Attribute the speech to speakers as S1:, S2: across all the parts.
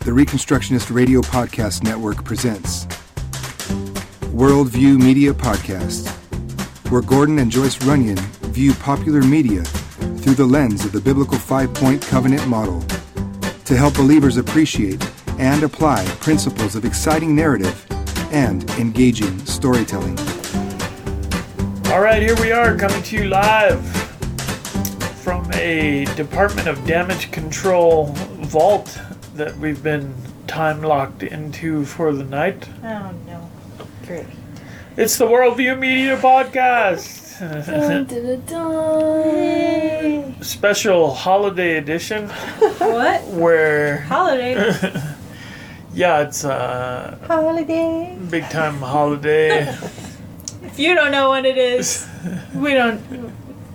S1: The Reconstructionist Radio Podcast Network presents Worldview Media Podcast, where Gordon and Joyce Runyon view popular media through the lens of the biblical five point covenant model to help believers appreciate and apply principles of exciting narrative and engaging storytelling.
S2: All right, here we are coming to you live from a Department of Damage Control vault that we've been time locked into for the night.
S3: Oh no. Great.
S2: It's the Worldview Media Podcast,
S4: Dun, dun, dun, dun.
S2: special holiday edition
S3: What?
S2: where,
S3: Holiday.
S2: yeah, it's a
S3: Holiday.
S2: big time holiday.
S3: If you don't know what it is, we don't.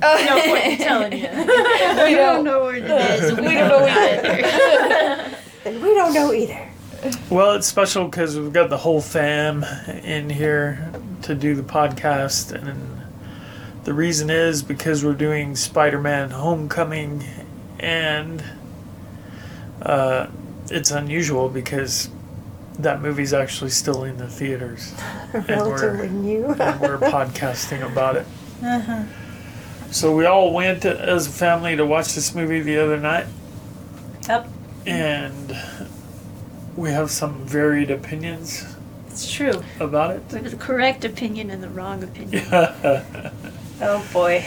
S3: No point in telling you. we don't know what it is. We don't know either. and we don't know either.
S2: Well, it's special because we've got the whole fam in here to do the podcast, and the reason is because we're doing Spider-Man: Homecoming, and uh, it's unusual because that movie's actually still in the theaters, and we're,
S5: relatively new.
S2: and we're podcasting about it.
S4: Uh-huh.
S2: So we all went as a family to watch this movie the other night
S3: Yep.
S2: and we have some varied opinions
S3: It's true.
S2: about
S4: We have the correct opinion and the wrong opinion.
S2: it.
S3: Oh boy.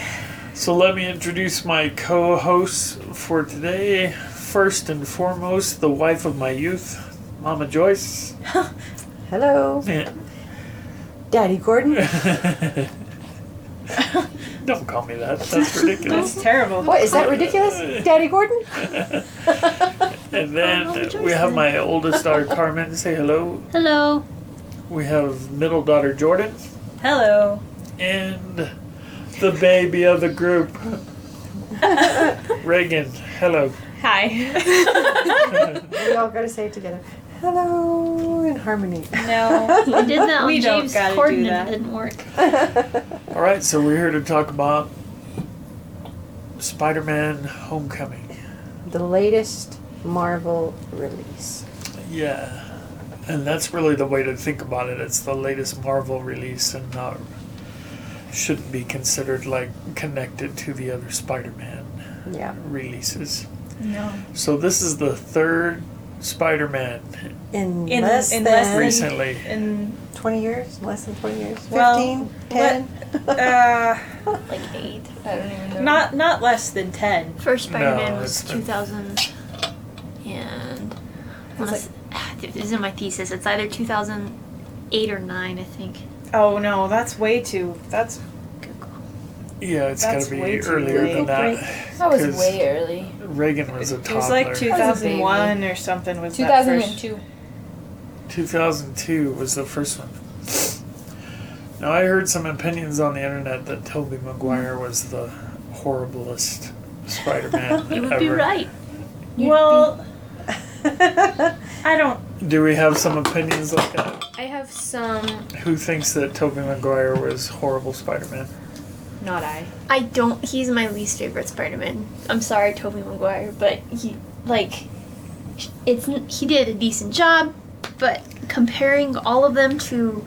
S2: so let me introduce my co hosts for today. First and foremost, the wife of my youth, Mama Joyce.
S5: Hello, Daddy Gordon.
S2: Don't call me that. That's ridiculous.
S3: That's terrible.
S5: What is that ridiculous, Daddy Gordon?
S2: and
S4: Oh, Mama
S2: then we
S4: Joyce.
S2: have my oldest daughter, Carmen. Say hello.
S4: Hello.
S2: We have middle daughter, Jordan.
S3: Hello.
S2: And the baby of the group, Reagan. Hello.
S3: Hi.
S5: We all gotta say it together. Hello in harmony.
S3: no.
S4: You did that on
S3: We don't
S4: James
S3: gotta do
S4: Corden and
S3: that.
S4: it didn't work.
S2: All right, so we're here to talk about Spider-Man: Homecoming.
S5: the latest Marvel release.
S2: Yeah, and that's really the way to think about it. It's the latest Marvel release, and not shouldn't be considered like connected to the other Spider-Man
S5: Yeah,
S2: releases.
S3: No.
S2: So this is the third Spider-Man
S5: in,
S3: In-
S5: less
S3: in
S5: than
S3: less than-
S2: recently.
S3: And
S5: 20 years, less than 20 years, 15,
S3: Well, let-
S5: 10.
S3: uh,
S4: Like eight. I don't even know.
S3: not not less than ten.
S4: First Spider-Man
S2: No,
S4: was
S2: it's been-
S4: 2000 and I wanna s- it was in my thesis. It's either 2008 or 9, I think.
S3: Oh no, that's way too. That's
S4: Google.
S2: Yeah, it's got
S3: That's
S2: to be
S3: way too
S2: earlier than
S3: late.
S2: that.
S6: That was
S2: 'cause
S6: way early.
S2: Reagan was a toddler.
S3: It was like
S6: was a
S3: 2001 or something. Was that first?
S6: 2002.
S2: 2002 was the first one. Now, I heard some opinions on the internet that Tobey Maguire was the horriblest Spider Man
S4: You
S2: ever.
S4: would be right.
S3: Well, I don't.
S2: Do we have some opinions like that?
S6: I have some.
S2: Who thinks that Tobey Maguire was horrible Spider Man?
S6: Not I.
S4: I don't. He's my least favorite Spider-Man. I'm sorry, Tobey Maguire, but he like it's n- he did a decent job, but comparing all of them to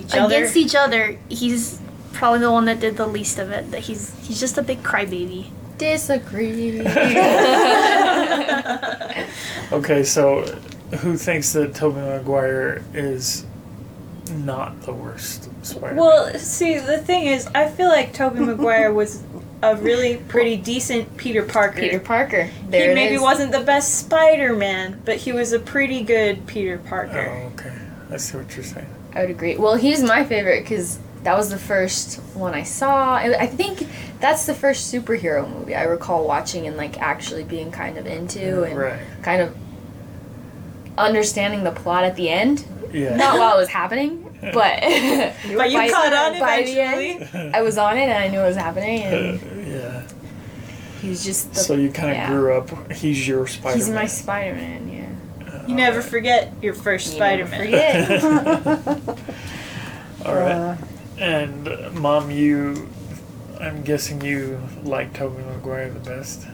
S3: Each
S4: against each other, he's probably the one that did the least of it. That he's he's just a big crybaby.
S6: Disagree.
S2: Okay, so who thinks that Tobey Maguire is not the worst Spider Man?
S3: well, see, the thing is, I feel like Tobey Maguire was a really pretty decent Peter Parker.
S6: Peter Parker. There
S3: he
S6: it
S3: maybe
S6: is.
S3: wasn't the best Spider-Man, but he was a pretty good Peter
S2: oh,
S3: Parker.
S2: okay. I see what you're saying.
S6: I would agree. Well, he's my favorite because that was the first one I saw. I I think that's the first superhero movie I recall watching and like actually being kind of into and
S2: Right.
S6: kind of understanding the plot at the end.
S2: Yeah.
S6: Not while it was happening, but
S3: But you
S6: by-
S3: caught on
S6: by the end,
S3: eventually.
S6: I was on it and I knew it was happening
S2: Uh,
S6: and
S2: yeah.
S6: he was just the
S2: So you kind of
S6: yeah.
S2: grew up. He's your Spider-Man. Uh,
S6: He's my Spider Man, yeah.
S2: Oh.
S3: You never forget your first
S6: You never
S3: Spider-Man.
S6: forget.
S2: All right.
S5: Uh,
S2: and uh, mom, you, I'm guessing you like Tobey Maguire the best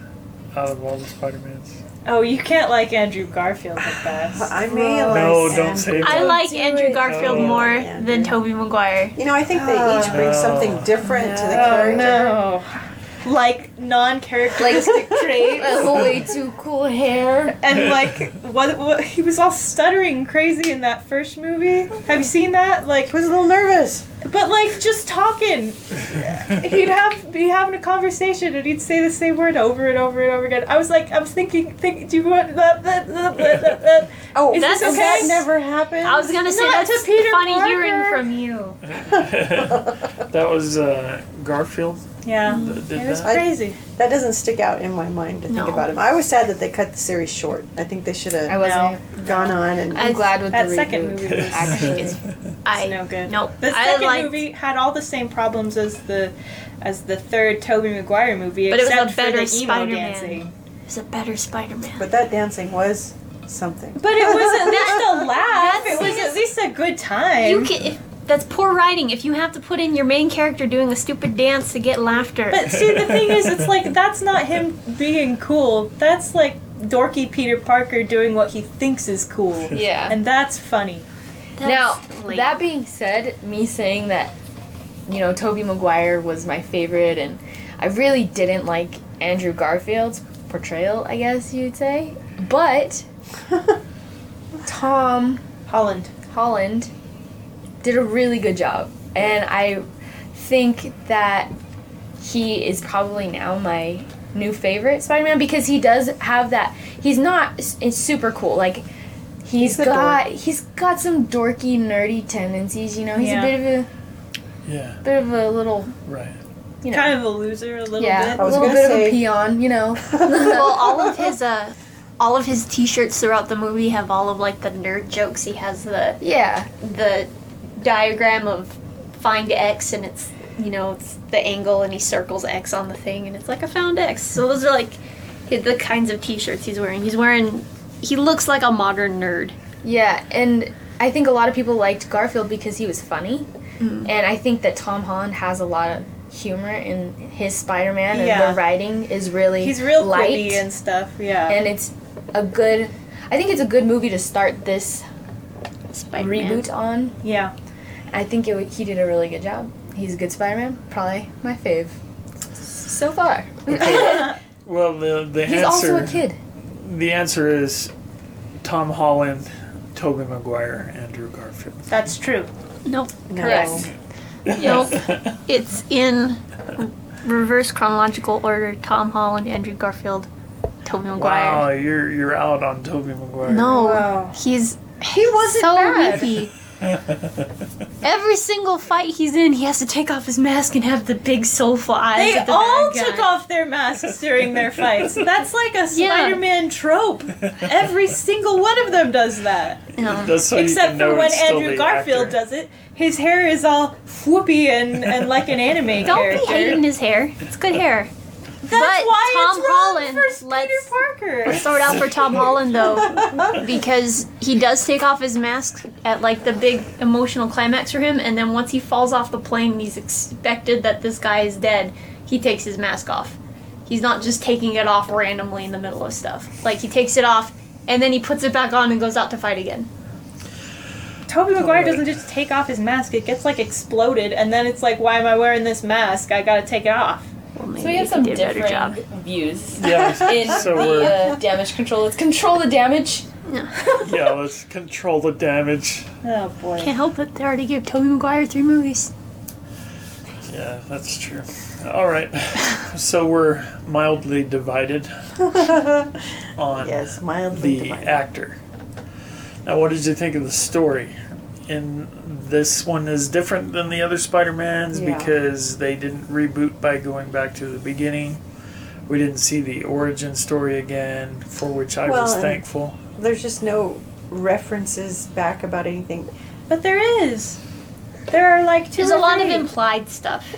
S2: out of all the Spider-Mans.
S7: Oh, you can't like Andrew Garfield the best.
S5: Uh, I may
S2: No,
S5: like
S2: don't
S5: Andrew.
S2: say
S4: I
S2: that.
S4: like Andrew Garfield
S2: Oh.
S4: more
S5: Yeah.
S4: than Toby Maguire.
S5: You know, I think they each bring
S2: No.
S5: something different to the
S7: Oh
S5: character.
S7: no.
S3: Oh,
S7: Like non-characteristic traits.
S6: That's way too cool hair.
S7: And like what, what he was all stuttering crazy in that first movie. Have you seen that? Like
S5: He was a little nervous.
S7: but like just talking. He'd have be having a conversation and he'd say the same word over and over and over again. I was like I was thinking think do you want that that that that that
S5: Oh,
S7: Is
S4: this
S5: that's
S4: okay?
S5: that never happened.
S4: I was gonna say
S7: Not to
S4: that's
S7: Peter
S4: funny
S7: Parker.
S4: hearing from you.
S2: that was uh, Garfield
S7: Yeah.
S2: that did
S7: It was
S2: that.
S5: I-
S7: crazy.
S5: that doesn't stick out in my mind to think
S4: No.
S5: about him. I was sad that they cut the series short. I think they should
S6: I
S5: have
S6: wasn't.
S5: gone on and.
S6: I'm glad with
S7: That
S6: the
S7: second
S6: reboot,
S7: movie was
S6: Actually,
S4: It's-
S7: It's
S4: I
S7: no good.
S4: nope.
S7: The
S4: I
S7: second
S4: like
S7: movie had all the same problems as the as the third Toby Maguire movie,
S4: But it was a
S7: except
S4: better
S7: for the emo
S4: Spider-Man.
S7: dancing.
S4: it's a better Spider-Man.
S5: but that dancing was something.
S7: But it was at least a laugh.
S4: That's-
S7: It was at least a good time.
S4: You can. If, that's poor writing. If you have to put in your main character doing a stupid dance to get laughter.
S7: but see, the thing is, it's like that's not him being cool. That's like dorky Peter Parker doing what he thinks is cool,
S6: Yeah.
S7: and that's funny.
S6: Now,
S4: That's lame.
S6: that being said, me saying that, you know, Toby Maguire was my favorite and I really didn't like Andrew Garfield's portrayal, I guess you'd say. But Tom
S7: Holland.
S6: Holland did a really good job. And I think that he is probably now my new favorite Spider-Man because he does have that he's not s- it's super cool like
S5: He's
S6: he's
S5: a
S6: got he's got some dorky nerdy tendencies you know he's
S7: Yeah.
S6: a bit of
S2: Yeah,
S6: a bit of a little
S2: right.
S6: you know
S7: Kind of a loser, a little
S6: yeah
S7: bit.
S5: I was
S6: a little
S5: gonna
S6: bit
S5: say-
S6: of a peon you know
S4: well, all of his uh, all of his T-shirts throughout the movie have all of like the nerd jokes. He has the
S6: yeah
S4: the diagram of find X, and it's you know it's the angle, and he circles X on the thing, and it's like I found X. So those are like the kinds of T-shirts he's wearing. He's wearing. He looks like a modern nerd.
S6: yeah and I think a lot of people liked Garfield because he was funny and I think that Tom Holland has a lot of humor in his Spider-Man
S7: Yeah.
S6: and the writing is really
S7: He's real
S6: light
S7: quirky and stuff. Yeah.
S6: and it's a good i think it's a good movie to start this
S4: Spider-Man.
S6: reboot on
S7: yeah.
S6: i think it, w- he did a really good job he's a good spider-man probably my fave so far
S2: Well, the the
S6: he's
S2: answer
S6: also a kid
S2: the answer is Tom Holland, Toby Maguire, Andrew Garfield.
S7: That's true.
S4: Nope.
S5: No.
S6: Correct.
S4: Nope. it's in reverse chronological order: Tom Holland, Andrew Garfield, Tobey
S2: Wow,
S4: Maguire.
S2: you're you're out on Toby Maguire.
S4: No,
S5: Wow.
S4: he's he
S6: wasn't
S4: so
S6: bad.
S4: weepy. Every single fight he's in, he has to take off his mask and have the big soulful eyes.
S7: They
S4: of the
S7: all
S4: bad guy.
S7: took off their masks during their fights. That's like a
S4: Yeah.
S7: Spider-Man trope. Every single one of them does that,
S4: No.
S2: That's so you
S7: except
S2: can
S7: for
S2: know
S7: when
S2: it's still
S7: Andrew
S2: the
S7: Garfield
S2: actor.
S7: does it. His hair is all floopy and, and like an anime
S4: Don't be
S7: character.
S4: hating his hair. It's good hair.
S7: That's
S4: But
S7: why it's
S4: Tom
S7: wrong
S4: Holland,
S7: for Peter
S4: let's-
S7: Parker.
S4: Throw it out for Tom Holland though, because he does take off his mask at like the big emotional climax for him, and then once he falls off the plane and he's expected that this guy is dead, he takes his mask off. He's not just taking it off randomly in the middle of stuff. Like he takes it off and then he puts it back on and goes out to fight again.
S7: Toby Maguire doesn't just take off his mask; it gets like exploded, and then it's like, why am I wearing this mask? I gotta take it off.
S4: Well, maybe
S6: so we have
S4: if he
S6: some
S4: did a better
S6: different
S4: job.
S6: views
S2: Yeah,
S6: in
S2: So
S6: the
S2: we're-
S6: uh, damage control let's control the damage
S2: yeah. Let's control the damage.
S7: Oh boy.
S4: Can't help it. They already gave Toby Maguire three movies.
S2: Yeah, that's true. All right, so we're mildly divided on
S5: Yes, mildly
S2: the
S5: divided.
S2: actor. Now, what did you think of the story? And this one is different than the other Spider-Mans
S5: Yeah.
S2: because they didn't reboot by going back to the beginning. We didn't see the origin story again, for which I
S5: Well,
S2: was
S5: and-
S2: thankful.
S5: There's just no references back about anything.
S7: But there is. There are like two.
S4: There's
S7: or
S4: a lot of
S7: three.
S4: implied stuff.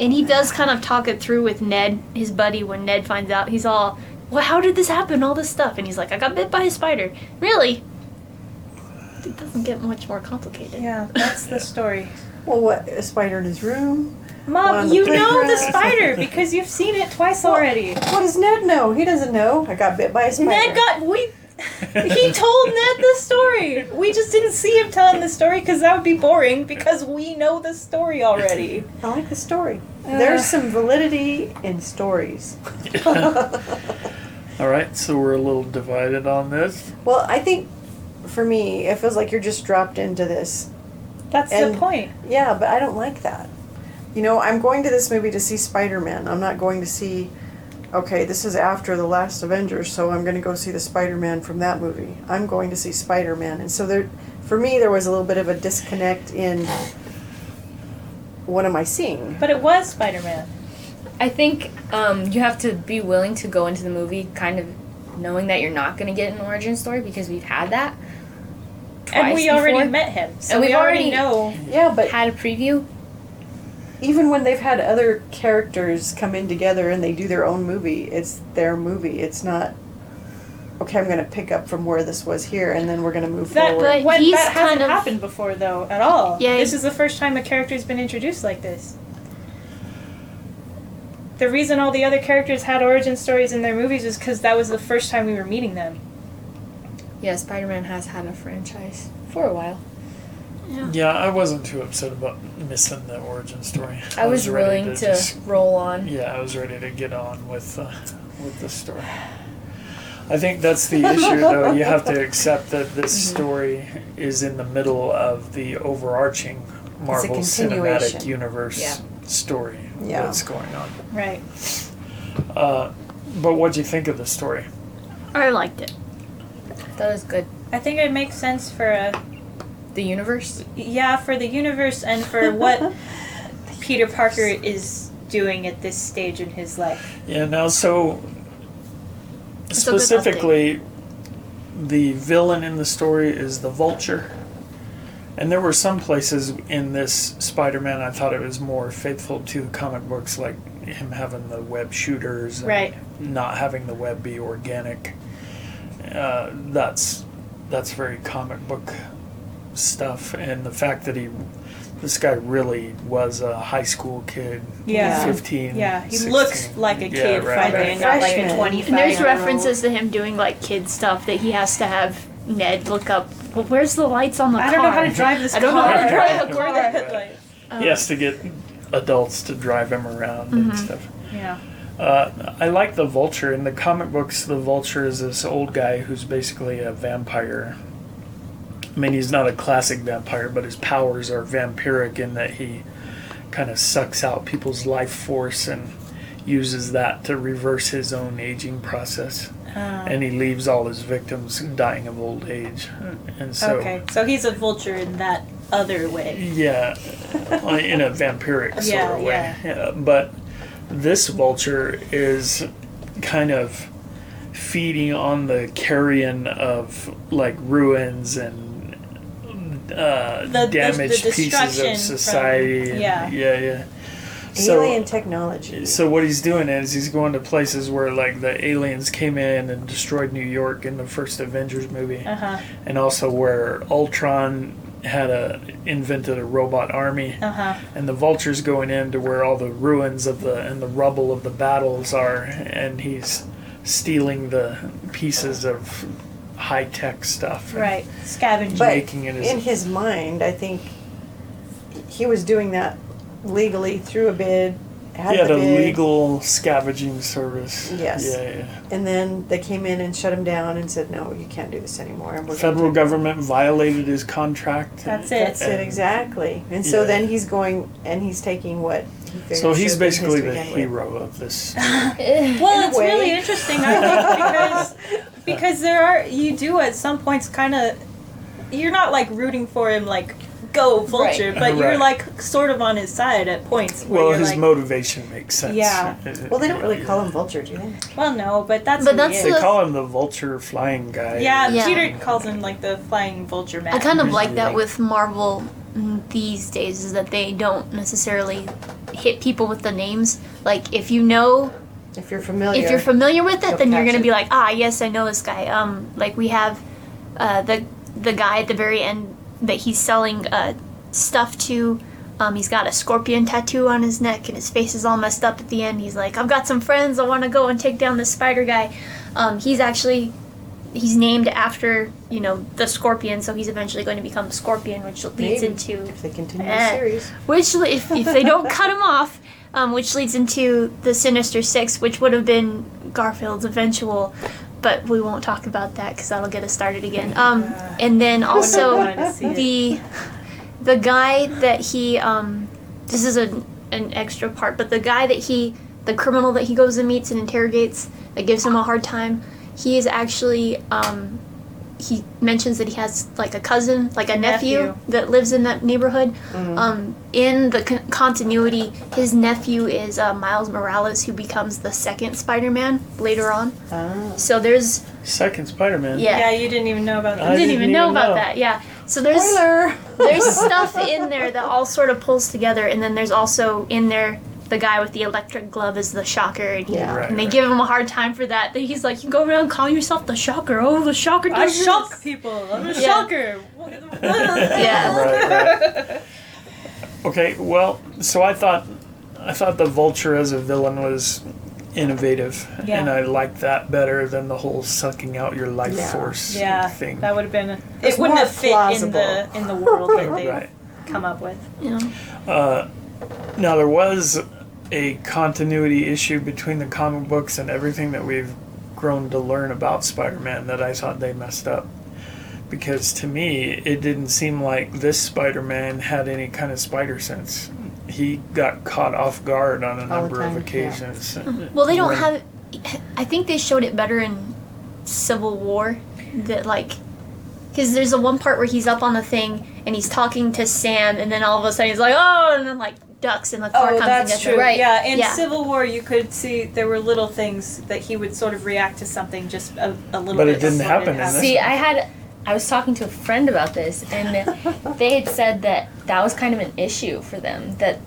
S4: And he does kind of talk it through with Ned, his buddy, when Ned finds out. He's all, Well, how did this happen? All this stuff. And he's like, I got bit by a spider. Really? It doesn't get much more complicated.
S7: Yeah, that's the story.
S5: Well, what a spider in his room. one on
S7: Mom,
S5: the
S7: you
S5: big
S7: know the
S5: grass.
S7: spider because you've seen it twice already.
S5: What does Ned know? He doesn't know. I got bit by a spider.
S7: Ned got we. He told Ned the story. We just didn't see him telling the story because that would be boring because we know the story already.
S5: I like the story. There's some validity in stories.
S2: All right, so we're a little divided on this.
S5: Well, I think for me, it feels like you're just dropped into this.
S7: That's
S5: And-
S7: the point.
S5: Yeah, but I don't like that. You know, I'm going to this movie to see Spider Man. I'm not going to see, okay, this is after The Last Avengers, so I'm going to go see the Spider Man from that movie. I'm going to see Spider Man. And so there, for me, there was a little bit of a disconnect in what am I seeing?
S7: But it was Spider Man.
S6: I think um, you have to be willing to go into the movie kind of knowing that you're not going to get an origin story because we've had that.
S7: And
S6: twice
S7: we already
S6: before.
S7: met him. So
S6: And
S7: we
S6: we
S7: already
S6: already-
S7: know.
S5: Yeah, but
S6: had a preview.
S5: even when they've had other characters come in together and they do their own movie, it's their movie. It's not okay. I'm going to pick up from where this was here, and then we're going to move
S7: That,
S5: forward.
S4: But
S7: what,
S4: he's
S7: that hasn't
S4: kind of-
S7: happened before, though, at all.
S4: Yeah,
S7: This
S4: he-
S7: is the first time a character's been introduced like this. The reason all the other characters had origin stories in their movies is because that was the first time we were meeting them.
S6: Yeah, Spider Man has had a franchise for a while.
S2: Yeah, I wasn't too upset about missing the origin story.
S6: I was
S2: ready
S6: willing to,
S2: just-
S6: roll on.
S2: yeah, I was ready to get on with uh, with the story. I think that's the issue, though. You have to accept that this
S5: Mm-hmm.
S2: story is in the middle of the overarching Marvel Cinematic
S5: continuation.
S2: Universe
S6: Yeah.
S2: story
S5: Yeah.
S2: that's going on.
S7: Right.
S2: Uh, but what do you think of the story?
S4: I liked it.
S6: That was good.
S7: I think it makes sense for a
S6: The universe.
S7: yeah for the universe and for what Peter Parker is doing at this stage in his life.
S2: Yeah, now, so
S4: a good update.
S2: specifically, the villain in the story is the vulture. And there were some places in this Spider Man I thought it was more faithful to the comic books, like him having the web shooters and
S7: Right.
S2: not having the web be organic. Uh, that's that's very comic book stuff, and the fact that he this guy really was a high school kid,
S7: Yeah.
S2: 15,
S7: Yeah, he
S2: 16.
S7: looks like a
S2: Yeah,
S7: kid
S2: right,
S7: finally,
S2: right.
S7: not like a
S5: Freshman.
S7: twenty-five.
S4: And there's
S7: year old.
S4: references to him doing like kid stuff that he has to have Ned look up. Well, where's the lights on the
S7: I
S4: car? Oh.
S7: don't know how to drive this
S4: I don't know
S7: car.
S4: how to
S2: drive a
S7: Where are
S4: car.
S7: the headlights?
S2: He has to get adults to drive him around and stuff.
S7: Yeah.
S2: Uh, I like the vulture. In the comic books, the vulture is this old guy who's basically a vampire. I mean, he's not a classic vampire, but his powers are vampiric in that he kind of sucks out people's life force and uses that to reverse his own aging process.
S7: Oh.
S2: and he leaves all his victims dying of old age. And so,
S7: Hmm. okay, so he's a vulture in that other way.
S2: yeah, like, in a vampiric sort
S7: Yeah,
S2: of way. Yeah, But this vulture is kind of feeding on the carrion of like ruins and uh,
S7: The- the- the
S2: damaged pieces
S7: destruction
S2: of
S7: from-
S2: society. and-
S7: yeah.
S2: yeah, yeah.
S5: Alien technology.
S2: So what he's doing is he's going to places where like the aliens came in and destroyed New York in the first Avengers movie,
S7: Uh
S4: Uh-huh,
S7: huh.
S2: and also where Ultron had a invented a robot army,
S7: Uh
S4: uh-huh.
S7: huh.
S2: and the Vulture's going in to where all the ruins of the and the rubble of the battles are, and he's stealing the pieces of high tech stuff. and
S7: Right. Scavenger.
S5: But
S2: Making it as
S5: in his mind, I think he was doing that legally through a bid. Had
S2: He had
S5: the
S2: a
S5: bid,
S2: legal scavenging service.
S5: Yes.
S2: Yeah, yeah.
S5: and then they came in and shut him down and said, "No, you can't do this anymore." And we're
S2: The
S5: gonna
S2: federal
S5: take-
S2: government violated his contract.
S7: That's
S5: That's
S7: it.
S5: it exactly. And so
S2: Yeah.
S5: then he's going and he's taking what. He figured
S2: So
S5: should
S2: he's
S5: have been his
S2: basically
S5: to
S2: the
S5: begin with.
S2: hero of this.
S7: Well,
S5: In a
S7: it's
S5: way.
S7: really interesting, I think, because because there are you do at some points kind of you're not like rooting for him like go vulture, but you're
S2: Right.
S7: like sort of on his side at points. Where
S2: Well,
S7: you're
S2: his
S7: like,
S2: motivation makes sense.
S7: Yeah.
S5: Well, they don't really call him Vulture, do they?
S7: well, no, but that's
S4: But
S7: who
S4: that's
S7: he
S2: They
S7: is.
S4: the-
S2: call him the vulture flying guy.
S7: yeah,
S4: Yeah.
S7: Peter calls him like the flying vulture man.
S4: I kind of like
S2: Usually
S4: that
S2: like-
S4: with Marvel mm, these days is that they don't necessarily hit people with the names. Like if you know,
S5: If you're familiar.
S4: if you're familiar with it,
S5: They'll
S4: then you're
S5: catch
S4: gonna
S5: it.
S4: be like, ah, yes, I know this guy. Um, like we have uh, the the guy at the very end that he's selling uh, stuff to Um, he's got a scorpion tattoo on his neck, and his face is all messed up at the end. He's like, "I've got some friends. I want to go and take down this spider guy." Um, he's actually he's named after you know the scorpion, so he's eventually going to become Scorpion, which leads
S5: Maybe.
S4: into
S5: If they continue the
S4: Eh.
S5: series.
S4: which le- if, if they don't cut him off, um, which leads into the Sinister Six, which would have been Garfield's eventual. But we won't talk about that because that'll get us started again. Um, and then also
S7: wanted to see it.
S4: the the guy that he um, this is an an extra part, but the guy that he the criminal that he goes and meets and interrogates that gives him a hard time, he is actually um, he mentions that he has like a cousin, like a nephew,
S7: Nephew.
S4: that lives in that neighborhood. Um, in the con- continuity, his nephew is uh, Miles Morales, who becomes the second Spider-Man later on.
S5: Ah.
S4: So there's
S2: Second Spider Man.
S4: yeah,
S7: Yeah, you didn't even know about
S4: I
S2: I
S7: that.
S4: didn't,
S2: didn't
S4: even know
S2: even
S4: about
S2: know.
S4: that. Yeah. So
S5: Ah.
S4: there's
S5: Spoiler!
S4: there's stuff in there that all sort of pulls together, and then there's also in there the guy with the electric glove is the Shocker, and, he-
S5: Yeah.
S2: Right,
S4: and they
S2: right.
S4: give him a hard time for that. That he's like, you go around calling yourself the Shocker. Oh, the Shocker
S7: I
S4: does this."
S7: shock people. I'm a
S4: Yeah.
S7: shocker.
S4: Yeah.
S2: Right, right. Okay, well, so I thought I thought the vulture as a villain was innovative
S7: Yeah.
S2: and I liked that better than the whole sucking out your life
S5: Yeah.
S2: force
S7: Yeah,
S2: thing.
S7: that would have been.
S5: It's
S7: it wouldn't
S5: more
S7: have fit in the in the world that they
S2: right.
S7: come up with.
S4: You know?
S2: Uh, Now there was a continuity issue between the comic books and everything that we've grown to learn about Spider-Man that I thought they messed up. Because to me, it didn't seem like this Spider-Man had any kind of spider sense. He got caught off guard on a
S5: the
S2: number of
S5: time, yeah.
S2: occasions.
S4: Well, they don't
S2: Right.
S4: have. I think they showed it better in Civil War. That like, because there's the one part where he's up on the thing and he's talking to Sam, and then all of a sudden he's like, "Oh," and then like ducks and the car
S7: Oh,
S4: comes and
S7: that's
S4: gets
S7: true.
S4: him.
S6: Right.
S7: Yeah, in
S4: Yeah.
S7: Civil War, you could see there were little things that he would sort of react to something just a, a little
S2: But
S7: bit.
S2: it didn't
S7: before
S2: happen in
S7: happened.
S2: this
S6: See, I had I was talking to a friend about this, and they had said that that was kind of an issue for them. That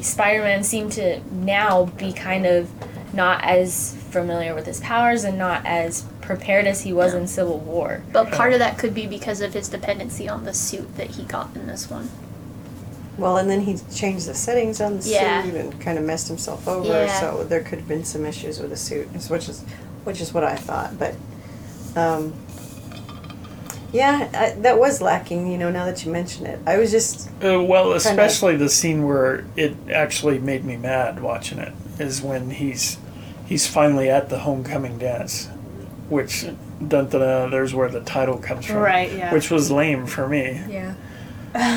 S6: Spider-Man seemed to now be kind of not as familiar with his powers and not as prepared as he was in Civil War.
S4: But part of that could be because of his dependency on the suit that he got in this one.
S5: Well, and then he changed the settings on the
S4: Yeah.
S5: suit and kind of messed himself over,
S4: Yeah.
S5: so there could have been some issues with the suit, is- which is which is what I thought. But um, yeah, I, that was lacking. You know, now that you mention it, I was just
S2: Uh, well, especially the scene where it actually made me mad watching it is when he's he's finally at the homecoming dance, which dun, dun, dun, there's where the title comes from,
S7: Right, yeah.
S2: Which was lame for me.
S6: Yeah.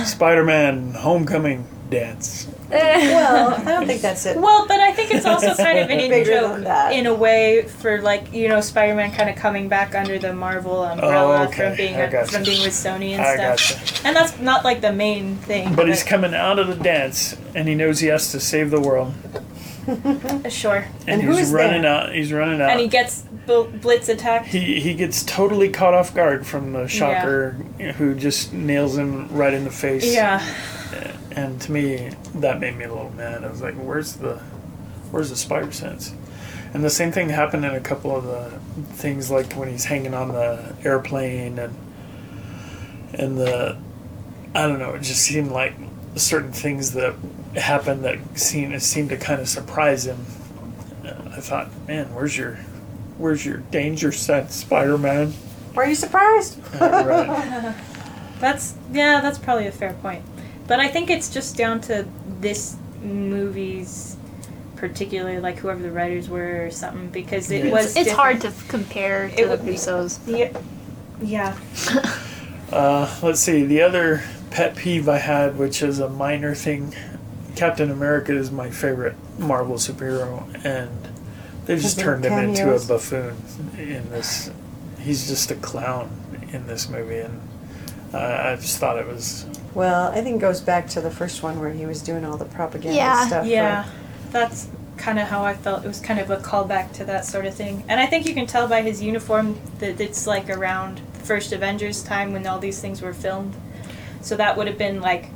S2: Spider-Man homecoming dance.
S5: well, I don't think that's it.
S7: Well, but I think it's also kind of an in
S5: Bigger than
S7: joke
S5: that.
S7: in a way for like you know Spider-Man kind of coming back under the Marvel umbrella
S2: Oh, okay.
S7: from being
S2: I gotcha.
S7: from being with Sony and
S2: I
S7: stuff. And that's not like the main thing.
S2: But he's coming out of the dance and he knows he has to save the world,
S7: sure,
S2: and,
S5: And
S2: he's
S5: who's
S2: running
S5: there?
S2: out. He's running out.
S7: and he gets bl- blitz attacked.
S2: he he gets totally caught off guard from the shocker who just nails him right in the face.
S7: Yeah,
S2: and to me that made me a little mad. I was like, "Where's the, where's the spider sense?" And the same thing happened in a couple of the things, like when he's hanging on the airplane and and the, I don't know. It just seemed like certain things that happened that seemed seemed to kind of surprise him. Uh, I thought, man, where's your, where's your danger sense, Spider Man?
S5: Are you surprised?
S7: that's yeah, that's probably a fair point. But I think it's just down to this movie's particularly like whoever the writers were or something because it
S2: Yeah.
S7: was
S4: It's,
S7: different.
S4: hard to f- compare to
S7: It
S4: the
S7: would be-
S4: Russos.
S7: yeah, yeah
S2: Uh, let's see. The other pet peeve I had, which is a minor thing, Captain America is my favorite Marvel superhero, and they just
S5: His
S2: turned him
S5: little
S2: into a
S5: cameos.
S2: buffoon in this. He's just a clown in this movie, and uh, I just thought it was
S5: Well, I think it goes back to the first one where he was doing all the propaganda
S4: Yeah.
S5: stuff. for-
S7: Yeah, that's kind of how I felt. It was kind of a callback to that sort of thing. And I think you can tell by his uniform that it's like around the first Avengers time when all these things were filmed. So that would have been like,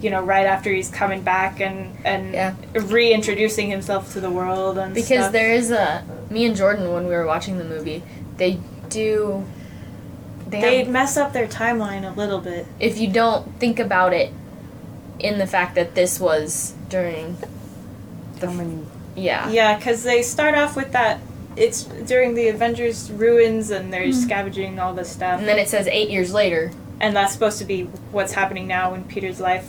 S7: you know, right after he's coming back and and
S6: Yeah.
S7: reintroducing himself to the world and
S6: Because
S7: stuff.
S6: there is a me and Jordan when we were watching the movie, they do they,
S7: they
S6: have-
S7: mess up their timeline a little bit.
S6: if you don't think about it in the fact that this was during
S5: How many?
S6: yeah.
S7: Yeah, because they start off with that. It's during the Avengers ruins, and they're scavenging all this stuff,
S6: Mm-hmm. And then it says 8 years later.
S7: and that's supposed to be what's happening now in Peter's life.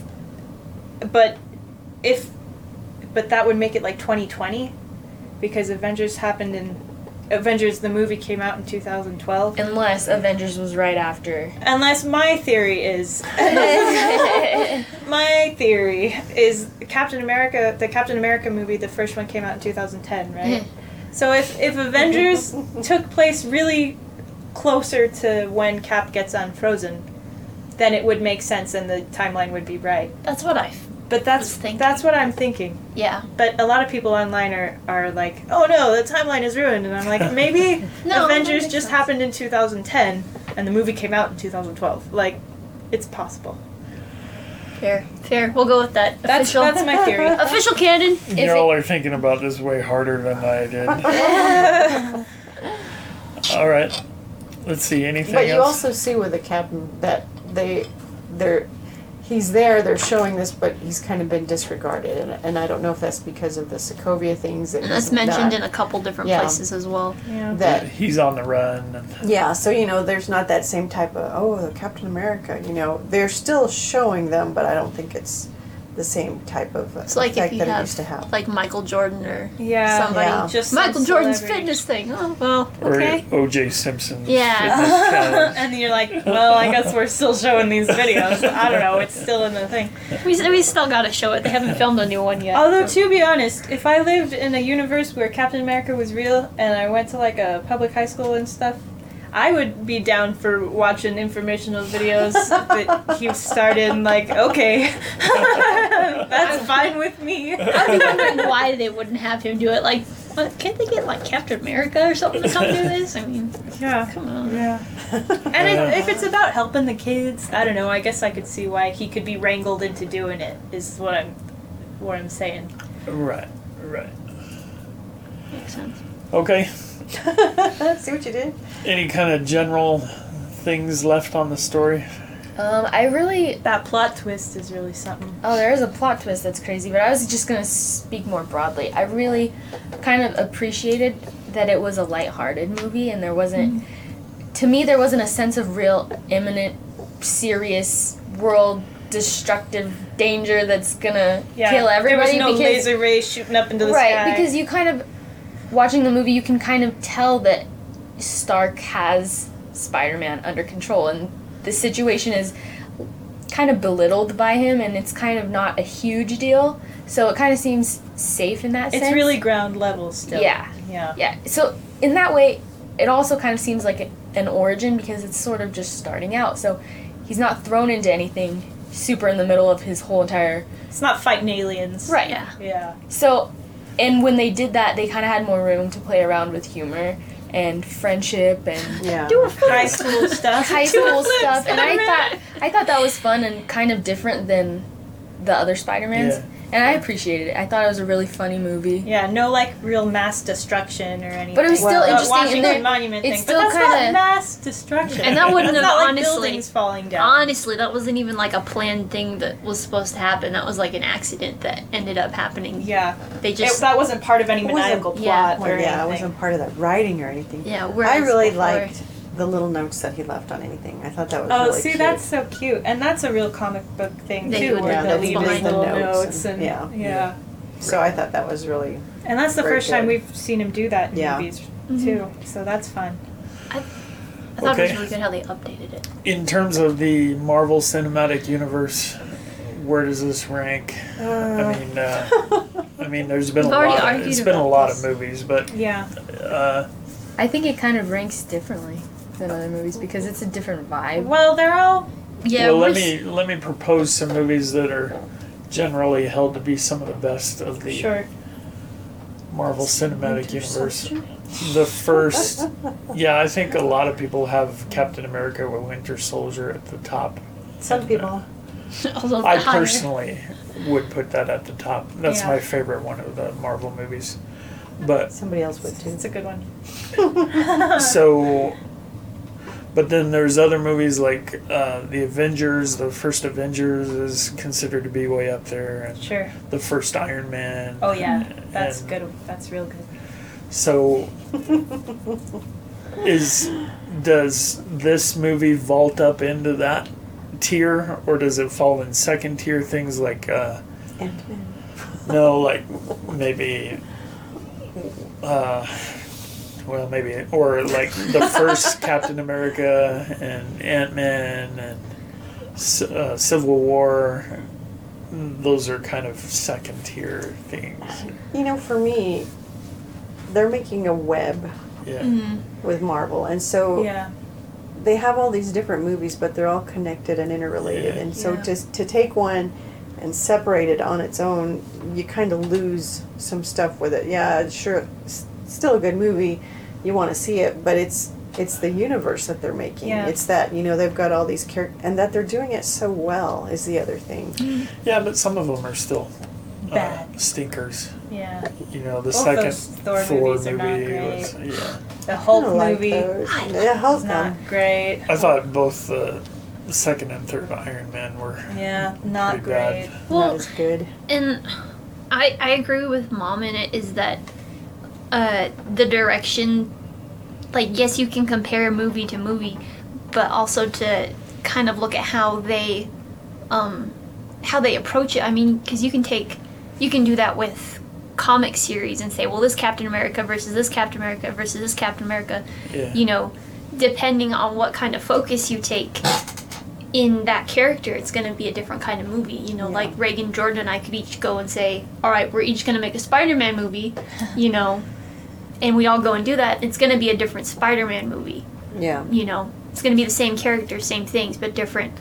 S7: But if, but that would make it like 2020, because Avengers happened in, Avengers the movie came out in 2012.
S6: Unless Avengers was right after.
S7: Unless my theory is, my theory is Captain America, the Captain America movie, the first one came out in 2010, right?
S4: Mm-hmm.
S7: so if, if Avengers took place really closer to when Cap gets unfrozen, then it would make sense and the timeline would be right.
S4: That's what I.
S7: But that's
S4: Was thinking.
S7: that's what I'm thinking.
S4: Yeah.
S7: But a lot of people online are, are like, oh no, the timeline is ruined. And I'm like, maybe
S4: No,
S7: Avengers
S4: that makes
S7: just
S4: sense.
S7: happened in 2010 and the movie came out in 2012. Like, it's possible.
S4: Fair. Fair. We'll go with that.
S7: That's,
S4: official.
S7: that's my theory.
S4: official canon.
S2: Y'all are thinking about this way harder than I did. All right. Let's see. Anything
S5: But you
S2: else?
S5: also see with the captain that they, they're, he's there. They're showing this, but he's kind of been disregarded, and, and I don't know if that's because of the Sokovia things that
S4: And that's
S5: he's not-
S4: mentioned in a couple different
S5: Yeah.
S4: places as well.
S5: that.
S2: He's on the run.
S5: Yeah, so you know, there's not that same type of oh, Captain America. You know, they're still showing them, but I don't think it's the same type of
S4: It's like
S5: effect
S4: if you
S5: that it
S4: have
S5: used to have.
S4: like Michael Jordan or
S7: Yeah.
S4: somebody.
S5: Yeah.
S7: Just some
S4: Michael Jordan's
S7: celebrity.
S4: fitness thing. Oh well.
S7: Okay.
S2: Or OJ Simpson's
S4: Yeah.
S2: fitness challenge.
S7: and you're like, well, I guess we're still showing these videos. I don't know. It's still in the thing.
S4: We, we still gotta show it. They haven't filmed a new one yet.
S7: Although, to be honest, if I lived in a universe where Captain America was real and I went to like a public high school and stuff, I would be down for watching informational videos that he started. And like, okay, that's fine with me.
S4: I'm wondering why they wouldn't have him do it. Like, what, can't they get like Captain America or something to come do this? I mean, oh,
S7: Yeah.
S4: come on.
S7: Yeah. And if, if it's about helping the kids, I don't know. I guess I could see why he could be wrangled into doing it. Is what I'm, what I'm saying.
S2: Right. Right.
S4: Makes sense.
S2: Okay.
S5: see what you did?
S2: Any kind of general things left on the story?
S6: Um, I really.
S7: That plot twist is really something.
S6: Oh, there is a plot twist that's crazy, but I was just gonna speak more broadly. I really kind of appreciated that it was a lighthearted movie and there wasn't.
S7: Mm-hmm.
S6: To me, there wasn't a sense of real imminent, serious, world destructive danger that's gonna kill everybody.
S7: There was no
S6: because
S7: laser rays shooting up into the
S6: right
S7: sky.
S6: because you kind of watching the movie you can kind of tell that stark has spider-man under control and the situation is kind of belittled by him and it's kind of not a huge deal so it kind of seems safe in that
S7: it's
S6: sense
S7: really ground level still.
S6: Yeah.
S7: Yeah.
S6: yeah so in that way it also kind of seems like a- an origin because it's sort of just starting out so he's not thrown into anything super in the middle of his whole entire
S7: It's not fighting aliens.
S6: right
S4: Yeah.
S7: Yeah.
S6: So, and when they did that, they kind of had more room to play around with humor and friendship and
S5: Yeah.
S4: Do a flip.
S7: High school stuff.
S6: high
S7: Do a
S6: school
S7: flip,
S6: stuff. And I
S7: Spider-Man.
S6: thought I thought that was fun and kind of different than the other Spider-Mans.
S2: Yeah.
S6: And I appreciated it. I thought it was a really funny movie.
S7: Yeah, no like real mass destruction or anything.
S6: But it was still
S5: Well,
S7: The
S6: interesting. and
S7: Washington
S6: there-
S7: Monument
S6: it's
S7: thing.
S6: still
S7: but that's
S6: kinda-
S7: not mass destruction.
S4: And that wouldn't
S7: That's
S4: have
S7: not like
S4: honestly-
S7: buildings falling down.
S4: Honestly, that wasn't even like a planned thing that was supposed to happen. That was like an accident that ended up happening.
S7: yeah.
S4: They
S7: It,
S4: just
S7: that wasn't part of any
S5: wasn't-
S7: maniacal plot
S4: yeah.
S7: or
S5: Well, yeah, I
S7: anything.
S5: wasn't part of that writing or anything.
S4: yeah. Whereas
S5: I really
S4: before-
S5: liked the little notes that he left on anything. I thought that was
S7: Oh,
S5: really
S7: see,
S5: cute.
S7: that's so cute, and that's a real comic book thing
S4: They
S7: too,
S4: would
S7: where
S4: have
S7: they'll
S4: those
S7: leave these
S4: behind the
S7: little
S5: notes
S7: notes
S5: and-
S7: and,
S5: yeah.
S7: yeah.
S5: so. I thought that was really
S7: And that's the
S5: Very
S7: first time
S5: good.
S7: we've seen him do that in
S5: Yeah.
S7: movies
S4: Mm-hmm.
S7: too. So that's fun.
S4: I thought it
S2: Okay.
S4: was really good how they updated it.
S2: In terms of the Marvel Cinematic Universe, where does this rank? I mean, uh, I mean, there's been a
S4: We've already
S2: lot. Of,
S4: argued
S2: it's been a
S4: about
S2: lot
S4: this.
S2: of movies, but
S7: Yeah.
S2: uh,
S6: I think it kind of ranks differently than other movies because it's a different vibe.
S7: Well, they're all
S4: Yeah.
S2: well, let
S4: we're s-
S2: me let me propose some movies that are generally held to be some of the best of the
S7: sure.
S2: Marvel Cinematic Universe. The first, yeah, I think a lot of people have Captain America with Winter Soldier at the top.
S5: some people.
S4: a little
S2: I
S4: bit higher.
S2: personally would put that at the top. That's
S7: Yeah.
S2: my favorite one of the Marvel movies. But
S5: Somebody else would too.
S7: It's a good one.
S2: so But then there's other movies like uh, the Avengers. The first Avengers is considered to be way up there, and
S7: Sure.
S2: the first Iron Man.
S7: Oh yeah, that's
S2: and
S7: good. That's real good.
S2: So is does this movie vault up into that tier, or does it fall in second tier things like? Uh, no, like maybe. Uh, well, maybe or like the first Captain America and Ant Man and C- uh, Civil War. Those are kind of second tier things.
S5: You know, for me, they're making a web
S2: Yeah.
S5: with Marvel, and so
S7: Yeah.
S5: they have all these different movies, but they're all connected and interrelated.
S2: Yeah.
S5: And so
S7: Yeah.
S5: just to take one and separate it on its own, you kind of lose some stuff with it. Yeah, it's sure, it's still a good movie. You want to see it, but it's it's the universe that they're making.
S7: Yeah.
S5: It's that you know they've got all these characters, and that they're doing it so well is the other thing.
S2: Yeah, but some of them are still uh,
S7: Bad.
S2: stinkers.
S7: Yeah.
S2: You know, the
S7: Both
S2: second
S7: those Thor
S2: Thor
S7: movies are not
S2: movie
S7: great.
S2: was yeah.
S7: The
S5: I
S7: Hulk
S5: don't like
S7: movie
S5: those. yeah, Hulk
S7: was not
S5: one.
S7: great.
S2: I thought both the second and third Iron Man were
S7: Yeah, not
S2: Pretty bad.
S7: great.
S5: that
S4: Well,
S5: was good.
S4: and I I agree with mom in it is that uh the direction like yes you can compare movie to movie but also to kind of look at how they um how they approach it. I mean cuz you can take you can do that with comic series and say well this Captain America versus this Captain America versus this Captain America
S2: yeah.
S4: you know, depending on what kind of focus you take in that character, it's going to be a different kind of movie. You know,
S5: Yeah.
S4: like Reagan Jordan and I could each go and say, all right, we're each going to make a Spider Man movie, you know, and we all go and do that. It's going to be a different Spider Man movie,
S5: Yeah,
S4: you know. It's going to be the same character, same things, but different.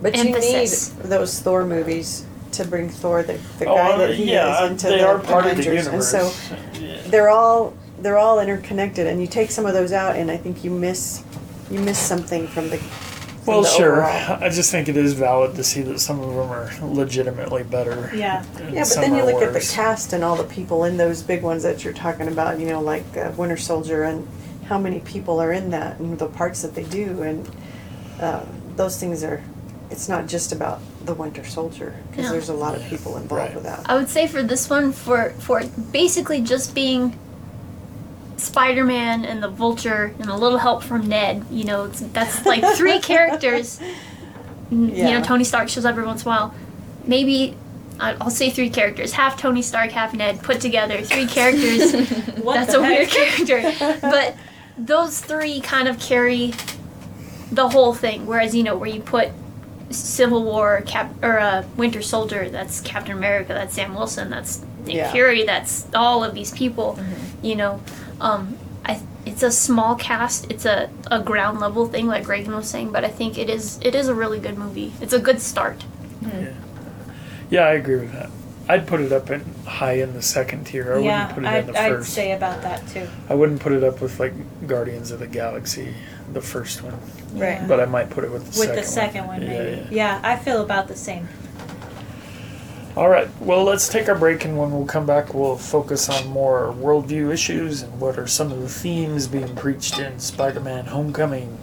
S5: but
S4: Emphasis.
S5: you need those Thor movies to bring Thor, the, the
S2: Oh,
S5: guy that he
S2: yeah,
S5: is, into
S2: they
S5: the
S2: are part
S5: Avengers,
S2: of the universe.
S5: and so.
S2: yeah.
S5: they're all they're all interconnected and you take some of those out and i think you miss you miss something from the from
S2: Well,
S5: the
S2: sure.
S5: overall.
S2: I just think it is valid to see that some of them are legitimately better.
S7: Yeah.
S2: and
S5: yeah but
S2: some
S5: then you
S2: are
S5: look at the
S2: worse.
S5: cast and all the people in those big ones that you're talking about you know like uh, winter soldier and how many people are in that and the parts that they do and uh, those things are it's not just about the winter soldier because
S4: No.
S5: there's a lot of people involved
S2: Right.
S5: with that
S4: I would say for this one, for for it basically just being Spider-Man and the Vulture and a little help from Ned. You know, it's, that's like three characters. N- You
S5: Yeah.
S4: know, Tony Stark shows up every once in a while. Maybe I- I'll say three characters: half Tony Stark, half Ned, put together. Three characters.
S7: What
S4: that's
S7: the
S4: a
S7: heck?
S4: weird character, but those three kind of carry the whole thing. Whereas you know, where you put Civil War, Cap or uh, Winter Soldier, that's Captain America, that's Sam Wilson, that's Nick
S5: Yeah.
S4: Fury, that's all of these people.
S7: Mm-hmm.
S4: You know, um, I it's a small cast, it's a, a ground level thing, like Reagan was saying, but I think it is it is a really good movie. It's a good start.
S2: Yeah, I agree with that. I'd put it up in high in the second tier. I
S7: yeah,
S2: wouldn't put it in
S7: I'd,
S2: the
S7: I'd
S2: first.
S7: say about that too.
S2: I wouldn't put it up with like Guardians of the Galaxy, the first one,
S7: Right.
S2: but I might put it with the
S7: With
S2: second
S7: the second one,
S2: Yeah,
S7: maybe. Yeah. I feel about the same.
S2: yeah. All right. Well, let's take our break, and when we'll come back, we'll focus on more worldview issues and what are some of the themes being preached in Spider-Man: Homecoming.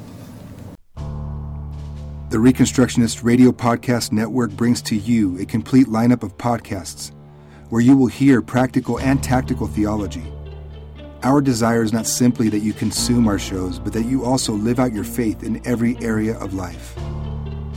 S1: The Reconstructionist Radio Podcast Network brings to you a complete lineup of podcasts where you will hear practical and tactical theology. Our desire is not simply that you consume our shows, but that you also live out your faith in every area of life.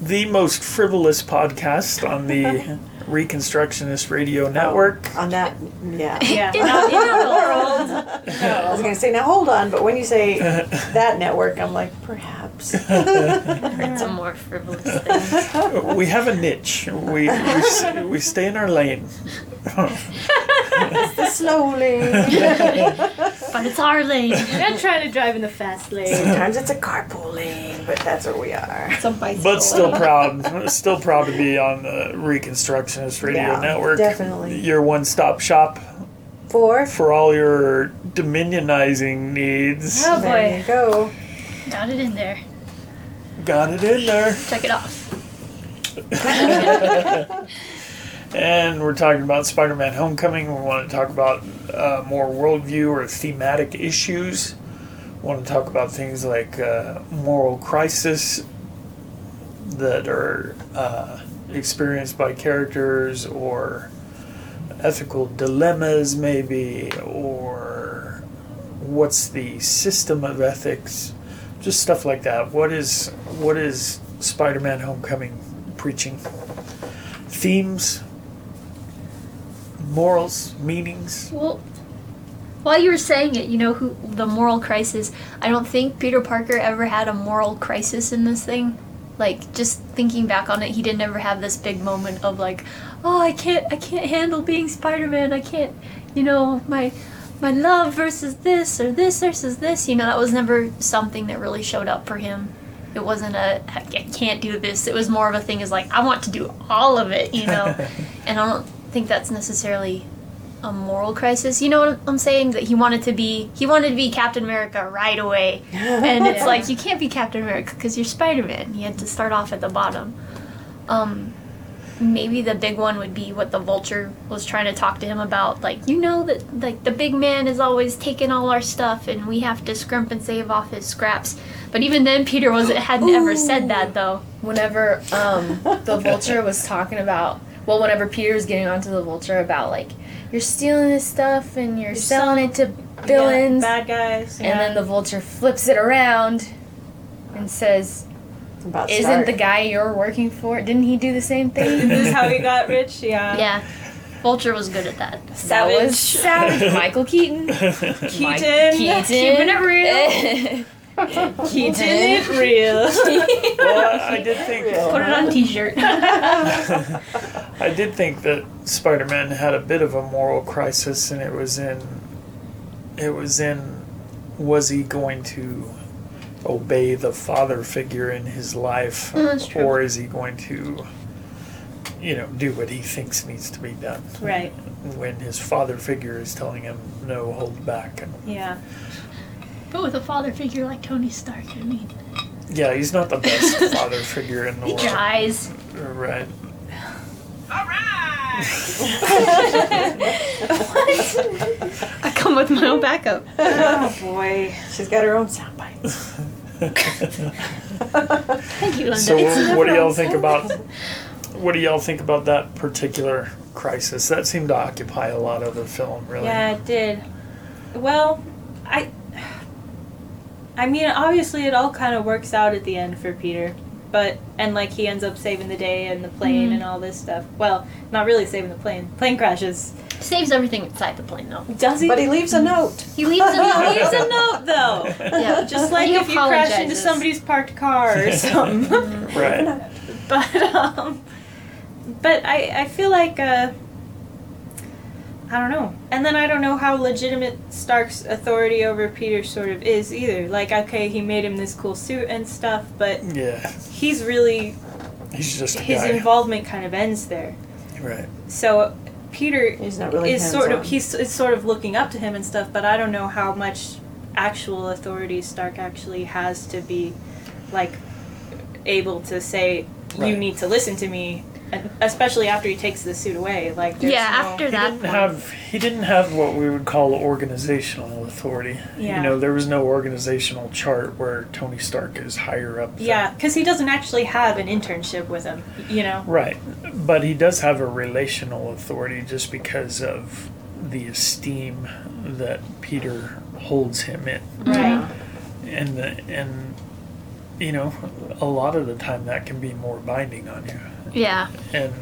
S2: the most frivolous podcast on the Reconstructionist Radio Network.
S5: on that, yeah.
S7: Yeah.
S4: In our, in our world.
S5: I was gonna say now hold on, but when you say that network, I'm like perhaps.
S4: Heard some more frivolous things.
S7: Oh.
S2: we have a niche. We we, s- we stay in our lane.
S5: Slowly.
S4: But it's our lane.
S7: We're not trying to drive in the fast lane.
S5: Sometimes it's a carpool lane, but that's what we are.
S3: Some bicycle.
S2: But still proud, still proud to be on the Reconstructionist Radio
S5: Yeah,
S2: Network.
S5: definitely.
S2: your one-stop shop
S5: Four.
S2: for all your Dominionizing needs.
S7: Oh
S5: There
S7: boy.
S5: you go.
S4: Got it in there.
S2: Got it in there.
S4: Check it off.
S2: And we're talking about Spider Man Homecoming. We want to talk about uh, more worldview or thematic issues. We want to talk about things like uh, moral crisis that are uh, experienced by characters, or ethical dilemmas, maybe, or what's the system of ethics, just stuff like that. What is, what is Spider Man Homecoming preaching? Themes, morals, meanings.
S4: Well, while you were saying it, you know, who the moral crisis. I don't think Peter Parker ever had a moral crisis in this thing. Like just thinking back on it, he didn't ever have this big moment of like, oh, I can't, I can't handle being Spider-Man. I can't, you know, my my love versus this or this versus this. You know, that was never something that really showed up for him. It wasn't a I can't do this. It was more of a thing as like I want to do all of it, you know. and I don't think that's necessarily a moral crisis. You know what I'm saying? That he wanted to be he wanted to be Captain America right away, and it's like you can't be Captain America because you're Spider Man. You had to start off at the bottom. Um, maybe the big one would be what the Vulture was trying to talk to him about. Like you know that like the big man is always taking all our stuff, and we have to scrimp and save off his scraps. But even then, Peter wasn't hadn't ever said that though.
S6: whenever um, the vulture was talking about well whenever peter was getting onto the vulture about like you're stealing this stuff and you're, selling it to villains
S7: Yeah, bad guys.
S6: and then the vulture flips it around and says
S5: It's about
S6: isn't
S5: start.
S6: the guy you're working for didn't he do the same thing
S7: this is how he got rich. Yeah.
S4: Yeah, Vulture was good at that.
S6: that was
S7: Savage.
S6: savage michael keaton Mike
S7: Keaton.
S6: keaton
S7: Keeping it real.
S6: real
S7: Keaton it real.
S2: well, I, I did think
S4: Put it on a T-shirt.
S2: I did think that Spider-Man had a bit of a moral crisis, and it was in it was in was he going to obey the father figure in his life,
S4: Mm, that's true.
S2: or is he going to you know do what he thinks needs to be done
S7: right.
S2: when his father figure is telling him no, hold back, and
S7: Yeah.
S4: But with a father figure like Tony Stark, you need.
S2: yeah, he's not the best father figure in the
S4: He
S2: world,
S4: tries.
S2: right?
S4: I come with my own backup.
S7: Oh boy.
S5: She's got her own soundbite.
S4: Thank you, Linda.
S2: So what, what do y'all think about what do y'all think about that particular crisis? That seemed to occupy a lot of the film, really.
S7: Yeah, it did. Well, I. I mean, obviously, it all kind of works out at the end for Peter, but and like he ends up saving the day and the plane and all this stuff. Well, not really saving the plane. Plane crashes.
S4: Saves everything inside the plane, though.
S7: Does he?
S5: But he leaves a note.
S4: He leaves it.
S7: no,
S4: he
S7: here's
S4: leaves
S7: a
S4: it.
S7: note though.
S4: Yeah,
S7: Just like
S4: He
S7: if you crash into
S4: apologizes. Mm-hmm.
S7: somebody's parked car or something.
S2: Right.
S7: but um, but I I feel like uh, I don't know. And then I don't know how legitimate Stark's authority over Peter sort of is either. Like okay, he made him this cool suit and stuff, but
S2: Yeah.
S7: he's really
S2: He's just a
S7: his
S2: Hmm. guy.
S7: involvement kind of ends there.
S2: right.
S7: So Peter
S5: He's not really
S7: is sort of
S5: hands-on.
S7: he's is sort of looking up to him and stuff, but I don't know how much actual authority Stark actually has to be like able to say you
S2: Right.
S7: need to listen to me, and especially after he takes the suit away. Like there's
S4: Yeah,
S7: no-
S4: after
S2: He
S4: that
S2: didn't
S4: point.
S2: have he didn't have what we would call organizational authority.
S7: Yeah.
S2: You know, there was no organizational chart where Tony Stark is higher up. than-
S7: yeah, because he doesn't actually have an internship with him. You know,
S2: Right. But he does have a relational authority just because of the esteem that Peter holds him in.
S7: right?
S2: and the, and you know, a lot of the time that can be more binding on you.
S4: Yeah.
S2: And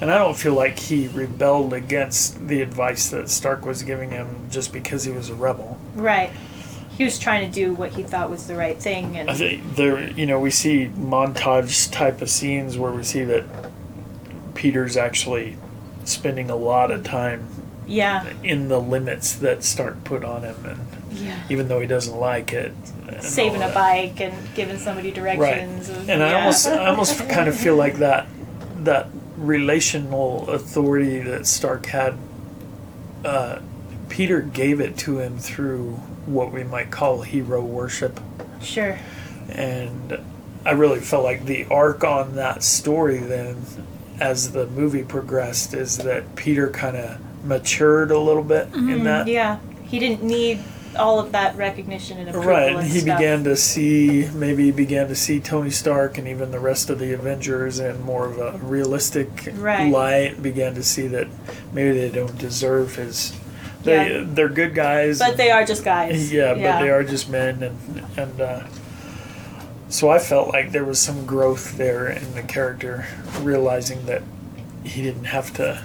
S2: and I don't feel like he rebelled against the advice that Stark was giving him just because he was a rebel.
S7: Right. He was trying to do what he thought was the right thing, and
S2: I think there, you know, we see montage type of scenes where we see that Peter's actually spending a lot of time
S7: yeah,
S2: in the limits that Stark put on him, and
S7: yeah,
S2: even though he doesn't like it, and
S7: saving
S2: all
S7: a
S2: that.
S7: bike and giving somebody directions.
S2: Right. And I almost I almost kind of feel like that that relational authority that Stark had uh, Peter gave it to him through what we might call hero worship
S7: sure.
S2: and I really felt like the arc on that story then as the movie progressed is that Peter kind of matured a little bit in that
S7: Yeah, he didn't need all of that recognition and approval.
S2: Right,
S7: and
S2: he
S7: stuff.
S2: began to see maybe he began to see Tony Stark and even the rest of the Avengers in more of a realistic
S7: Right.
S2: light. Began to see that maybe they don't deserve his. They
S7: Yeah.
S2: they're good guys.
S7: But they are just guys.
S2: yeah, but they are just men, and and uh, so I felt like there was some growth there in the character, realizing that he didn't have to.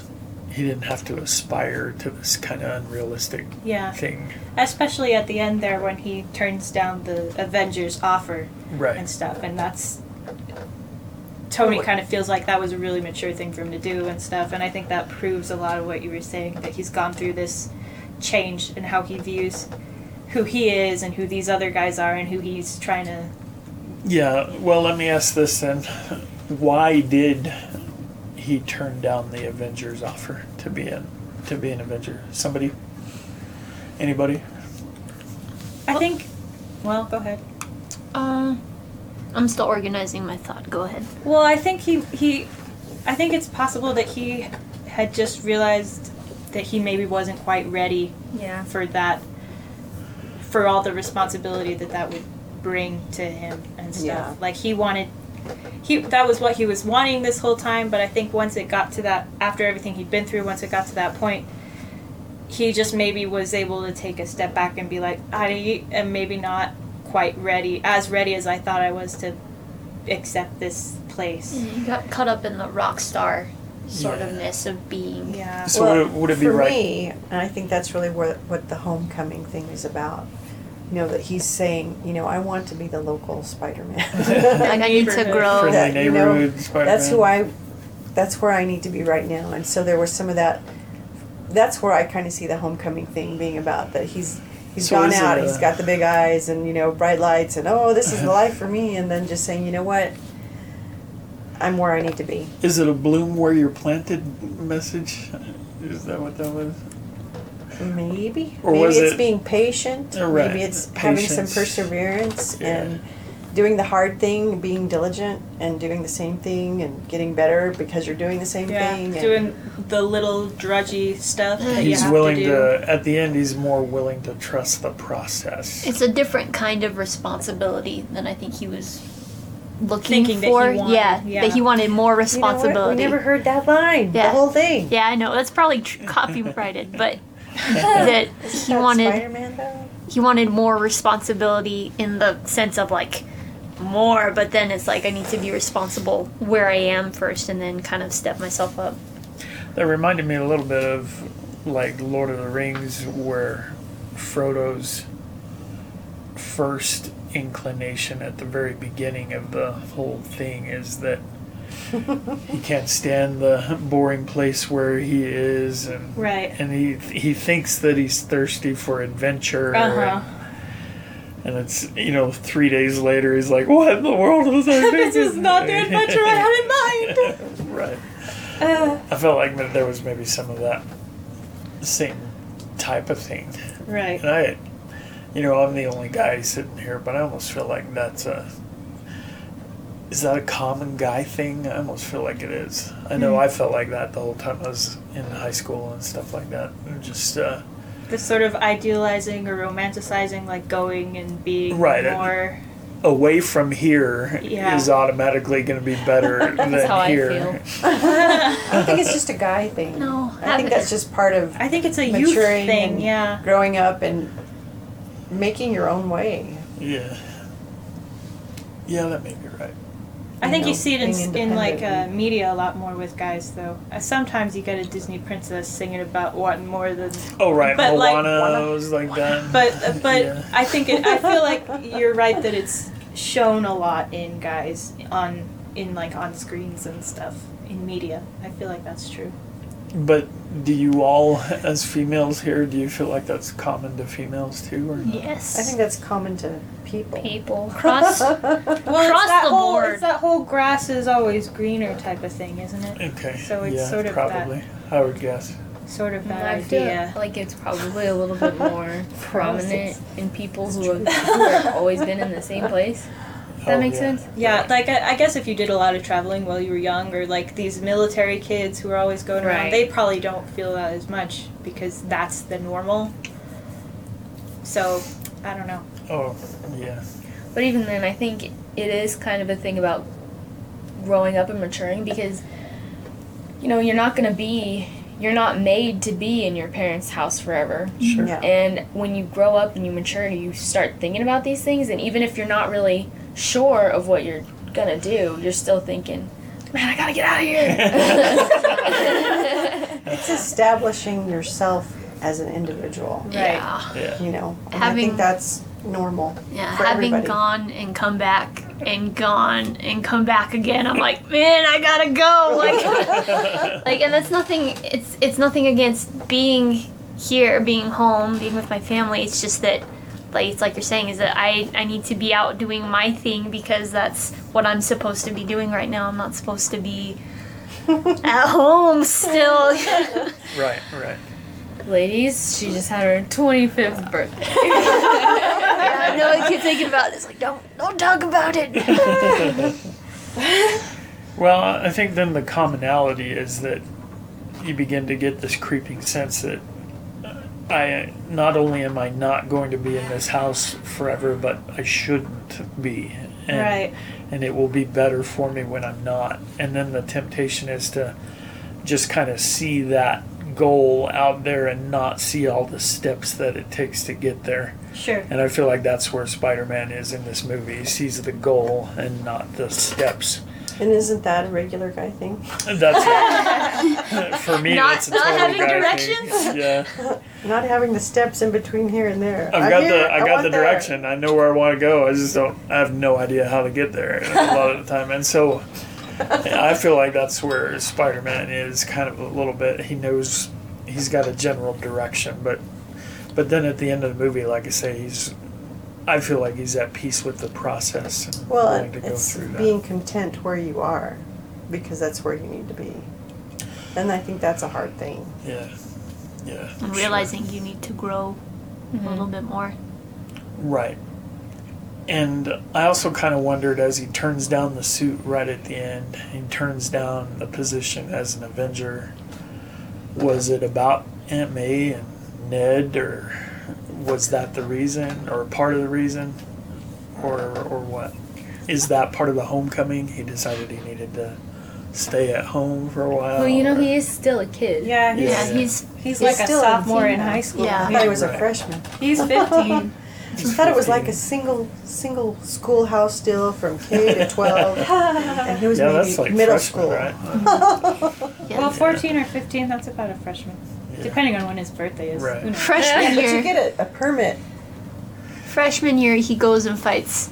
S2: He didn't have to aspire to this kind of unrealistic
S7: Yeah,
S2: thing,
S7: especially at the end there when he turns down the Avengers offer
S2: right?
S7: and stuff, and that's Tony kind of feels like that was a really mature thing for him to do and stuff, and I think that proves a lot of what you were saying that he's gone through this change in how he views who he is and who these other guys are and who he's trying to.
S2: Yeah, well, let me ask this then. Why did he turn down the Avengers offer to be an to be an Avenger? Somebody? Anybody?
S7: I think. Well, go ahead.
S4: Um, I'm still organizing my thought. Go ahead.
S7: Well, I think he he, I think it's possible that he had just realized that he maybe wasn't quite ready
S6: Yeah.
S7: for that, for all the responsibility that that would bring to him and stuff.
S5: Yeah.
S7: Like he wanted, he that was what he was wanting this whole time. But I think once it got to that, after everything he'd been through, once it got to that point. He just maybe was able to take a step back and be like, I am maybe not quite ready, as ready as I thought I was to accept this place.
S4: You got caught up in the rock star sort
S2: Yeah.
S4: of ness of
S5: Mm-hmm.
S4: being.
S7: Yeah.
S2: So
S5: Well,
S2: would, it, would it be
S5: for
S2: right?
S5: me, and I think that's really what what the homecoming thing is about. You know that he's saying, you know, I want to be the local Spider-Man.
S4: Like I need to
S7: Neighborhood.
S4: grow.
S2: Friendly
S5: Oh, that, you know,
S2: neighborhood Spider-Man.
S5: that's who I. That's where I need to be right now, and so there was some of that. That's where I kind of see the homecoming thing being about that he's he's
S2: So
S5: gone
S2: is it uh,
S5: out,
S2: a-
S5: he's got the big eyes and you know bright lights and oh this is the life for me, and then just saying you know what, I'm where I need to be.
S2: Is it a bloom where you're planted message? Is that what that was?
S5: Maybe.
S2: Or
S5: maybe
S2: was
S5: it's
S2: it-
S5: being patient.
S2: Oh, right.
S5: Maybe it's having
S2: Patience.
S5: some perseverance
S2: Yeah.
S5: and doing the hard thing, being diligent and doing the same thing and getting better because you're doing the same
S7: Yeah,
S5: thing. and-
S7: doing the little drudgy stuff that you
S2: He's
S7: have
S2: willing
S7: to
S2: to,
S7: do.
S2: At the end, he's more willing to trust the process.
S4: It's a different kind of responsibility than I think he was looking
S7: Thinking that he
S4: for.
S7: wanted,
S4: yeah,
S7: yeah.
S4: that he wanted
S5: You
S4: more
S5: know what?
S4: responsibility.
S5: We never heard that line.
S4: Yeah.
S5: The whole thing.
S4: yeah, I know that's probably tr- copyrighted, but that he
S5: That
S4: wanted
S5: Spider-Man though.
S4: he wanted more responsibility in the sense of like more, but then it's like I need to be responsible where I am first, and then kind of step myself up.
S2: That reminded me a little bit of like Lord of the Rings, where Frodo's first inclination at the very beginning of the whole thing is that he can't stand the boring place where he is, and
S7: Right.
S2: and he he thinks that he's thirsty for adventure.
S7: Uh-huh.
S2: and- And it's you know three days later he's like, what in the world was I thinking?
S7: this is not the adventure I had in mind. Uh.
S2: right. I felt like that there was maybe some of that same type of thing.
S7: Right.
S2: And I, you know, I'm the only guy sitting here, but I almost feel like that's a. Is that a common guy thing? I almost feel like it is. I
S7: Hmm.
S2: know I felt like that the whole time I was in high school and stuff like that. And Just uh,
S7: This sort of idealizing or romanticizing, like going and being
S2: Right, and-
S7: more.
S2: away from here is
S7: Yeah.
S2: automatically going to be better than
S6: how I
S2: here.
S6: feel.
S5: I don't think it's just a guy thing.
S4: No,
S5: I think that's just part of
S7: I think it's a
S5: Maturing
S7: youth thing.
S5: and-
S7: Yeah.
S5: growing up and making your own way.
S2: Yeah. Yeah, that may be right.
S7: I think
S5: know,
S7: you see it in,
S5: being
S7: s- in like uh,
S5: independent.
S7: media a lot more with guys, though. Uh, sometimes you get a Disney princess singing about wanting more than.
S2: Oh right,
S7: But, like,
S2: Moana was like that.
S7: But uh, but
S2: Yeah.
S7: I think it, I feel like you're right that it's shown a lot in guys on in like on screens and stuff in media. I feel like that's true.
S2: But do you all, as females here, do you feel like that's common to females too, or not?
S4: Yes.
S5: I think that's common to people.
S4: people cross.
S7: Well,
S4: Across
S7: it's that
S4: the
S7: whole
S4: board.
S7: it's that whole grass is always greener type of thing, isn't it?
S2: Okay.
S7: So it's
S2: yeah,
S7: sort of that.
S2: probably. I would guess.
S7: Sort of that
S6: I feel
S7: idea.
S6: like it's probably a little bit more prominent in people's who have, who have always been in the same place. Does that
S2: Oh,
S6: make
S2: yeah.
S6: sense?
S7: Yeah, like I, I guess if you did a lot of traveling while you were young, or like these military kids who are always going around,
S6: Right.
S7: they probably don't feel that as much because that's the normal. So, I don't know.
S2: Oh yeah.
S6: But even then, I think it is kind of a thing about growing up and maturing because, you know, you're not going to be, you're not made to be in your parents' house forever.
S7: Mm,
S2: Sure.
S5: Yeah.
S6: And when you grow up and you mature, you start thinking about these things. And even if you're not really sure of what you're going to do, you're still thinking, man, I got to get out of here.
S5: It's establishing yourself as an individual,
S4: Yeah.
S2: Yeah.
S5: you know. And I
S4: Having-
S5: think that's normal.
S4: Yeah,
S5: for
S4: having
S5: everybody.
S4: gone and come back and gone and come back again, I'm like, man, I gotta go. Like, like, and that's nothing. It's it's nothing against being here, being home, being with my family. It's just that, like, it's like you're saying, is that I I need to be out doing my thing because that's what I'm supposed to be doing right now. I'm not supposed to be at home still.
S2: Right. Right.
S6: Ladies, she just had her 25th birthday.
S4: I know I keep thinking about it. It's like, don't don't talk about it.
S2: Well, I think then the commonality is that you begin to get this creeping sense that uh, I not only am I not going to be in this house forever, but I shouldn't be. And,
S7: Right.
S2: And it will be better for me when I'm not. And then the temptation is to just kind of see that goal out there and not see all the steps that it takes to get there.
S7: Sure.
S2: And I feel like that's where Spider Man is in this movie. He sees the goal and not the steps.
S5: And isn't that a regular guy thing?
S2: That's it. For me,
S4: Not-
S2: that's a
S4: not
S2: total
S4: having
S2: guy thing.
S4: directions?
S2: Yeah,
S5: Not having the steps in between here and there.
S2: I've
S5: I'm
S2: got
S5: here,
S2: the I got
S5: want
S2: the
S5: there.
S2: direction. I know where I want to go. I just don't. I have no idea how to get there a lot of the time, and so I feel like that's where Spider Man is kind of a little bit. He knows he's got a general direction, but but then at the end of the movie, like I say, he's. I feel like he's at peace with the process. And
S5: Well,
S2: willing to
S5: it-
S2: go
S5: it's
S2: through that.
S5: being content where you are because that's where you need to be. And I think that's a hard thing.
S2: yeah, yeah,
S4: I'm
S2: sure.
S4: realizing you need to grow a little bit more.
S2: Right. And I also kind of wondered as he turns down the suit right at the end, he turns down the position as an Avenger. Was it about Aunt May and Ned, or was that the reason, or part of the reason, or or what? Is that part of the homecoming? He decided he needed to stay at home for a while.
S6: Well, you know,
S2: or-
S6: he is still a kid.
S7: Yeah,
S2: Oh, Yeah.
S7: he's,
S4: Yeah, he's
S7: he's like
S5: still
S7: a
S5: in
S7: sophomore in
S5: teen
S7: high
S5: high.
S7: school.
S4: Yeah.
S5: I thought he was
S2: Right.
S5: a freshman.
S7: He's 15.
S5: I thought it was like a single single schoolhouse still from K to 12. and he was
S2: yeah,
S5: maybe
S2: that's like
S5: middle
S2: freshman,
S5: school.
S2: right?
S7: well, 14 or 15, that's about a freshman.
S2: Yeah.
S7: Depending on when his birthday is.
S2: Right.
S7: Who knows?
S5: Yeah,
S4: freshman
S5: but you
S4: year.
S5: get a, a permit.
S4: Freshman year, he goes and fights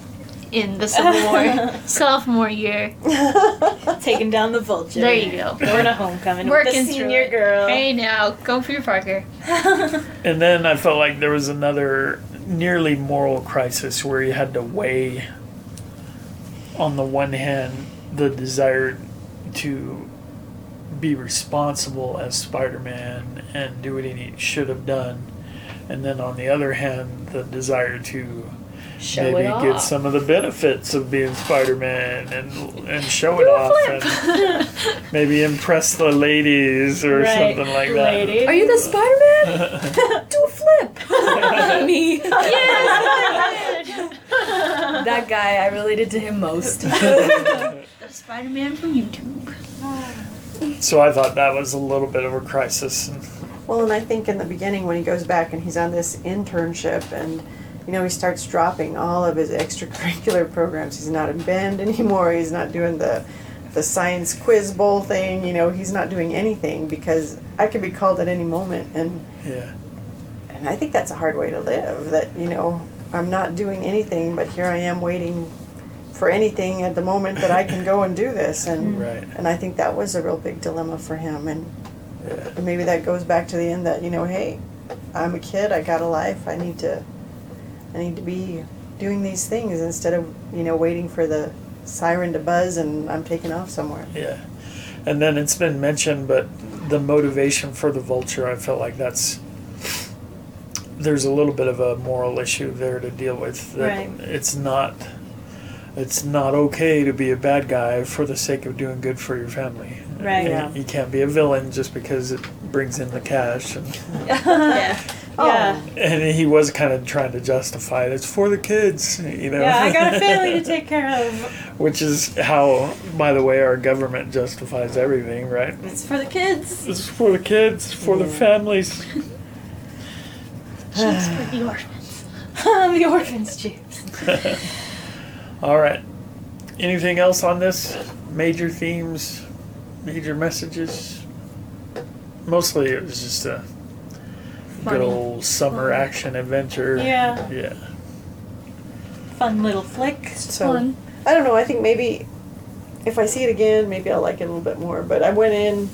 S4: in the Civil War. Sophomore year,
S7: Taking down the vulture.
S4: there you go.
S7: Going to homecoming with
S4: Working through
S7: the senior
S4: it.
S7: girl.
S4: Hey now, go for your Parker.
S2: And then I felt like there was another nearly moral crisis where you had to weigh, on the one hand, the desire to be responsible as Spider Man and do what he should have done, and then on the other hand, the desire to
S6: Show
S2: maybe
S6: it off.
S2: get some of the benefits of being Spider Man and and show it off and maybe impress the ladies or
S7: Right.
S2: something like that.
S7: Lady.
S6: Are you the Spider Man? Do a flip. Me. that guy, I related to him most.
S4: Spider-Man from YouTube.
S2: So I thought that was a little bit of a crisis.
S5: Well, and I think in the beginning when he goes back and he's on this internship and you know, he starts dropping all of his extracurricular programs. He's not in band anymore. He's not doing the the science quiz bowl thing. You know, he's not doing anything because I could be called at any moment, and
S2: Yeah.
S5: and I think that's a hard way to live. That you know, I'm not doing anything, but here I am waiting for anything at the moment that I can go and do this. And
S2: Right.
S5: and I think that was a real big dilemma for him. And
S2: Yeah.
S5: maybe that goes back to the end that you know, hey, I'm a kid. I got a life. I need to I need to be doing these things instead of you know waiting for the siren to buzz and I'm taking off somewhere.
S2: Yeah. And then it's been mentioned, but the motivation for the vulture, I felt like that's there's a little bit of a moral issue there to deal with. That
S7: Right.
S2: It's not it's not okay to be a bad guy for the sake of doing good for your family.
S7: Right.
S2: You,
S5: Yeah.
S2: you can't be a villain just because it brings in the cash. And,
S7: yeah.
S6: Oh.
S7: Yeah.
S2: and he was kind of trying to justify it. It's for the kids, you know.
S7: Yeah, I got a family to take care of.
S2: Which is how, by the way, our government justifies everything, right?
S7: It's for the kids.
S2: This is for the kids, for the families.
S4: Cheeks for the orphans.
S7: the orphans, James.
S2: All right. Anything else on this? Major themes, major messages. Mostly, it was just a good
S4: Funny.
S2: old summer action adventure.
S7: Yeah.
S2: Yeah.
S7: Fun little flick.
S5: So I don't know. I think maybe if I see it again, maybe I'll like it a little bit more. But I went in.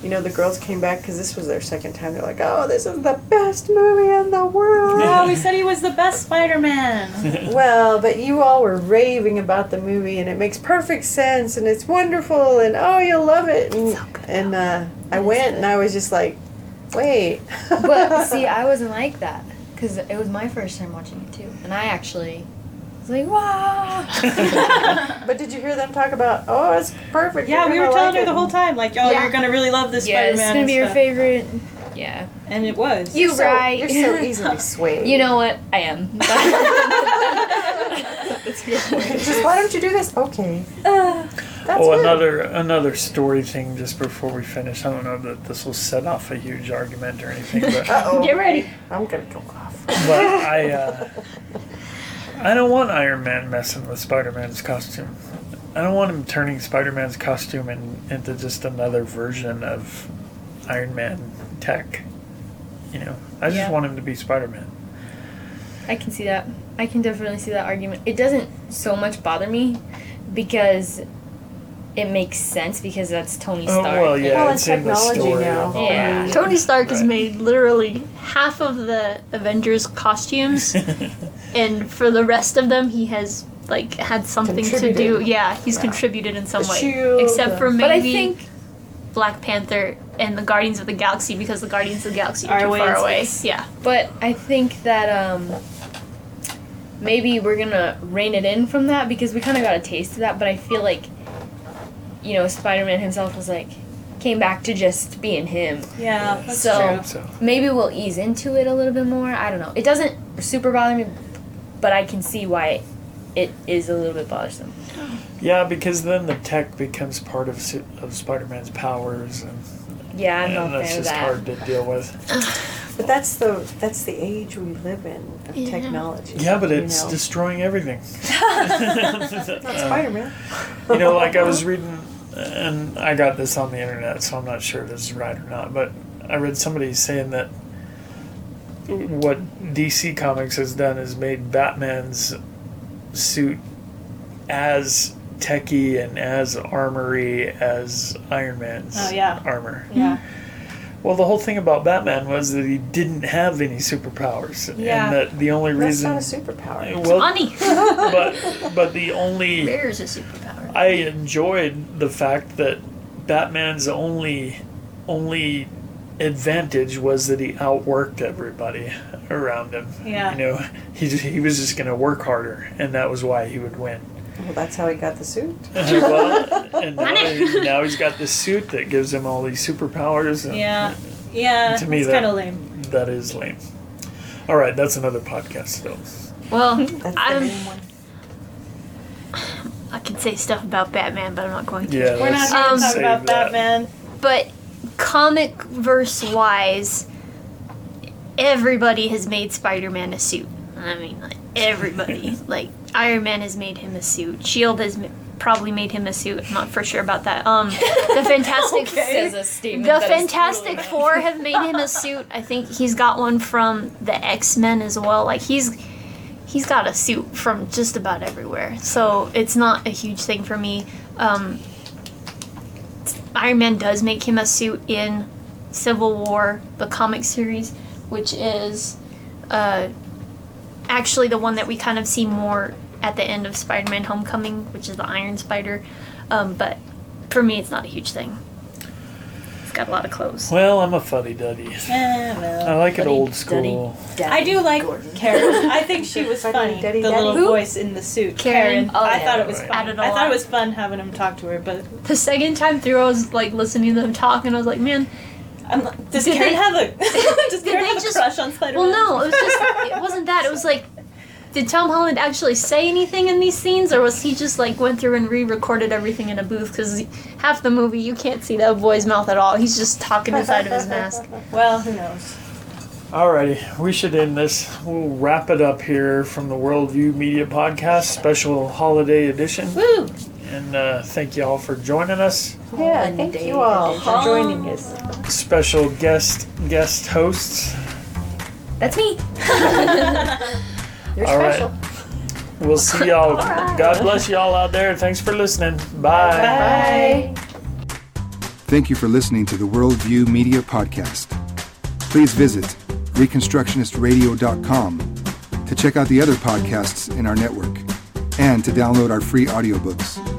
S5: You know, the girls came back because this was their second time. They're like, "Oh, this is the best movie in the world."
S7: Oh, we said he was the best Spider-Man.
S5: well, but you all were raving about the movie, and it makes perfect sense, and it's wonderful, and oh, you'll love it. And, and uh, I went, and I was just like, "Wait."
S6: but see, I wasn't like that because it was my first time watching it too, and I actually was like, "Wow!"
S5: But did you hear them talk about? Oh, it's perfect.
S7: Yeah,
S5: you're
S7: we were
S5: gonna
S7: telling
S5: like
S7: her the
S5: it."
S7: whole time, like, oh,
S6: Yeah.
S7: you're gonna really love this
S6: yeah, it's
S7: Spider-Man.
S6: gonna
S7: and
S6: be your
S7: stuff.
S6: favorite. Yeah,
S7: And it was.
S6: you
S5: So,
S6: right.
S5: You're so easily swayed.
S6: e- you know what? I am. That's a good point.
S5: Just why don't you do this? Okay.
S4: Uh.
S5: That's
S2: oh,
S5: it.
S2: another another story thing just before we finish. I don't know that this will set off a huge argument or anything, but
S5: Uh-oh.
S4: Get ready.
S5: I'm gonna go off.
S2: but I uh, I don't want Iron Man messing with Spider Man's costume. I don't want him turning Spider Man's costume in, into just another version of Iron Man tech. You know, I just
S6: Yeah.
S2: want him to be Spider Man.
S6: I can see that. I can definitely see that argument. It doesn't so much bother me because it makes sense because that's Tony
S2: Oh
S6: Stark.
S2: well, yeah,
S5: Well,
S2: it's
S5: and
S2: in the
S5: technology
S2: story.
S5: now.
S2: of all
S6: Yeah.
S2: that.
S4: Tony Stark has
S2: Right.
S4: made literally half of the Avengers costumes, and for the rest of them, he has like had something to do.
S5: Contributed.
S4: Yeah, he's contributed in some
S5: The
S4: way,
S5: shield,
S4: except for maybe
S6: But I think
S4: Black Panther and the Guardians of the Galaxy because the Guardians of the Galaxy are
S7: Are
S4: too
S7: way
S4: far
S7: in
S4: away.
S7: space.
S4: Yeah,
S6: But I think that um, maybe we're gonna rein it in from that because we kind of got a taste of that. But I feel like, you know, Spider-Man himself was like came back to just being him.
S7: Yeah, that's
S6: So-
S7: true.
S2: So
S6: Maybe we'll ease into it a little bit more. I don't know. It doesn't super bother me, but I can see why it is a little bit bothersome.
S2: yeah, because then the tech becomes part of Su- of Spider Man's powers, and,
S6: Yeah, I'm
S2: and
S6: not a
S2: that's
S6: fan of
S2: just
S6: that.
S2: hard to deal with.
S5: But that's the that's the age we live in of
S4: Yeah.
S5: technology.
S2: Yeah, but it's uh,
S5: you know?
S2: destroying everything.
S5: not Spider Man.
S2: you know, like I was reading, and I got this on the internet, so I'm not sure if this is right or not, but I read somebody saying that what DC Comics has done is made Batman's suit as techie and as armory as Iron Man's
S7: Oh, yeah.
S2: armor.
S7: Yeah.
S2: Well, the whole thing about Batman was that he didn't have any superpowers,
S7: Yeah.
S2: and that the only
S5: That's
S2: reason.
S5: not a superpower.
S2: well,
S4: money.
S2: but but the only
S4: There's a superpower.
S2: I enjoyed the fact that Batman's only only advantage was that he outworked everybody around him.
S7: Yeah.
S2: You know, he just, he was just going to work harder and that was why he would win.
S5: Well, that's how he got the suit.
S2: well, and now,
S4: Money.
S2: he, now he's got this suit that gives him all these superpowers and
S7: Yeah. Yeah.
S2: To me
S7: it's
S2: that-
S7: kind of lame.
S2: that is lame. All right, that's another podcast though.
S4: Well,
S5: That's the
S4: I'm,
S5: main one.
S4: I can say stuff about Batman, but I'm not going to.
S2: Yeah.
S7: We're not
S2: let's
S7: gonna
S4: Um,
S7: talk
S2: save
S7: about
S2: that.
S7: Batman.
S4: but comic verse wise, everybody has made Spider Man a suit. I mean, like everybody. like Iron Man has made him a suit. Shield E has m- probably made him a suit. I'm not for sure about that. Um, the Fantastic
S6: Says a statement.
S4: the
S6: that is
S4: Fantastic
S6: totally-
S4: Four have made him a suit. I think he's got one from the X Men as well. Like he's he's got a suit from just about everywhere. So it's not a huge thing for me. Um, Iron Man does make him a suit in Civil War, the comic series, which is uh, actually the one that we kind of see more at the end of Spider Man Homecoming, which is the Iron Spider. Um, but for me, it's not a huge thing. It's got a lot of clothes.
S2: Well, I'm a fuddy duddy. I like it old school.
S7: I do like
S3: Gordon.
S7: Karen. I think she was
S5: Fuddy
S7: funny.
S5: duddy
S7: the little
S5: duddy. Who?
S7: voice in the suit.
S4: Karen.
S7: I
S6: Oh, yeah.
S7: thought it was
S2: Right.
S4: Added
S7: fun.
S4: a
S7: I
S4: lot.
S7: thought it was fun having him talk to her, but
S4: The second time through, I was like listening to them talk, and I was like, man,
S7: I'm like, does
S4: Did
S7: Karen
S4: they-
S7: have a does
S4: did
S7: Karen
S4: they
S7: have
S4: just-
S7: a crush on Spider-Man?
S4: Well, no, it was just it wasn't that. It was like, did Tom Holland actually say anything in these scenes, or was he just like went through and re-recorded everything in a booth? Because half the movie you can't see that boy's mouth at all. He's just talking inside of his mask.
S7: Well, who knows?
S2: Alrighty, we should end this. We'll wrap it up here from the Worldview Media Podcast Special Holiday Edition.
S7: Woo!
S2: And uh, thank you all for joining us.
S5: Yeah, thank you all for joining us.
S2: Special guest guest hosts.
S6: That's me. You're
S2: All right.
S6: special.
S2: We'll see y'all. God bless y'all out there. Thanks for listening. Bye.
S6: Bye.
S1: Thank you for listening to the Worldview Media Podcast. Please visit ReconstructionistRadio.com to check out the other podcasts in our network and to download our free audiobooks.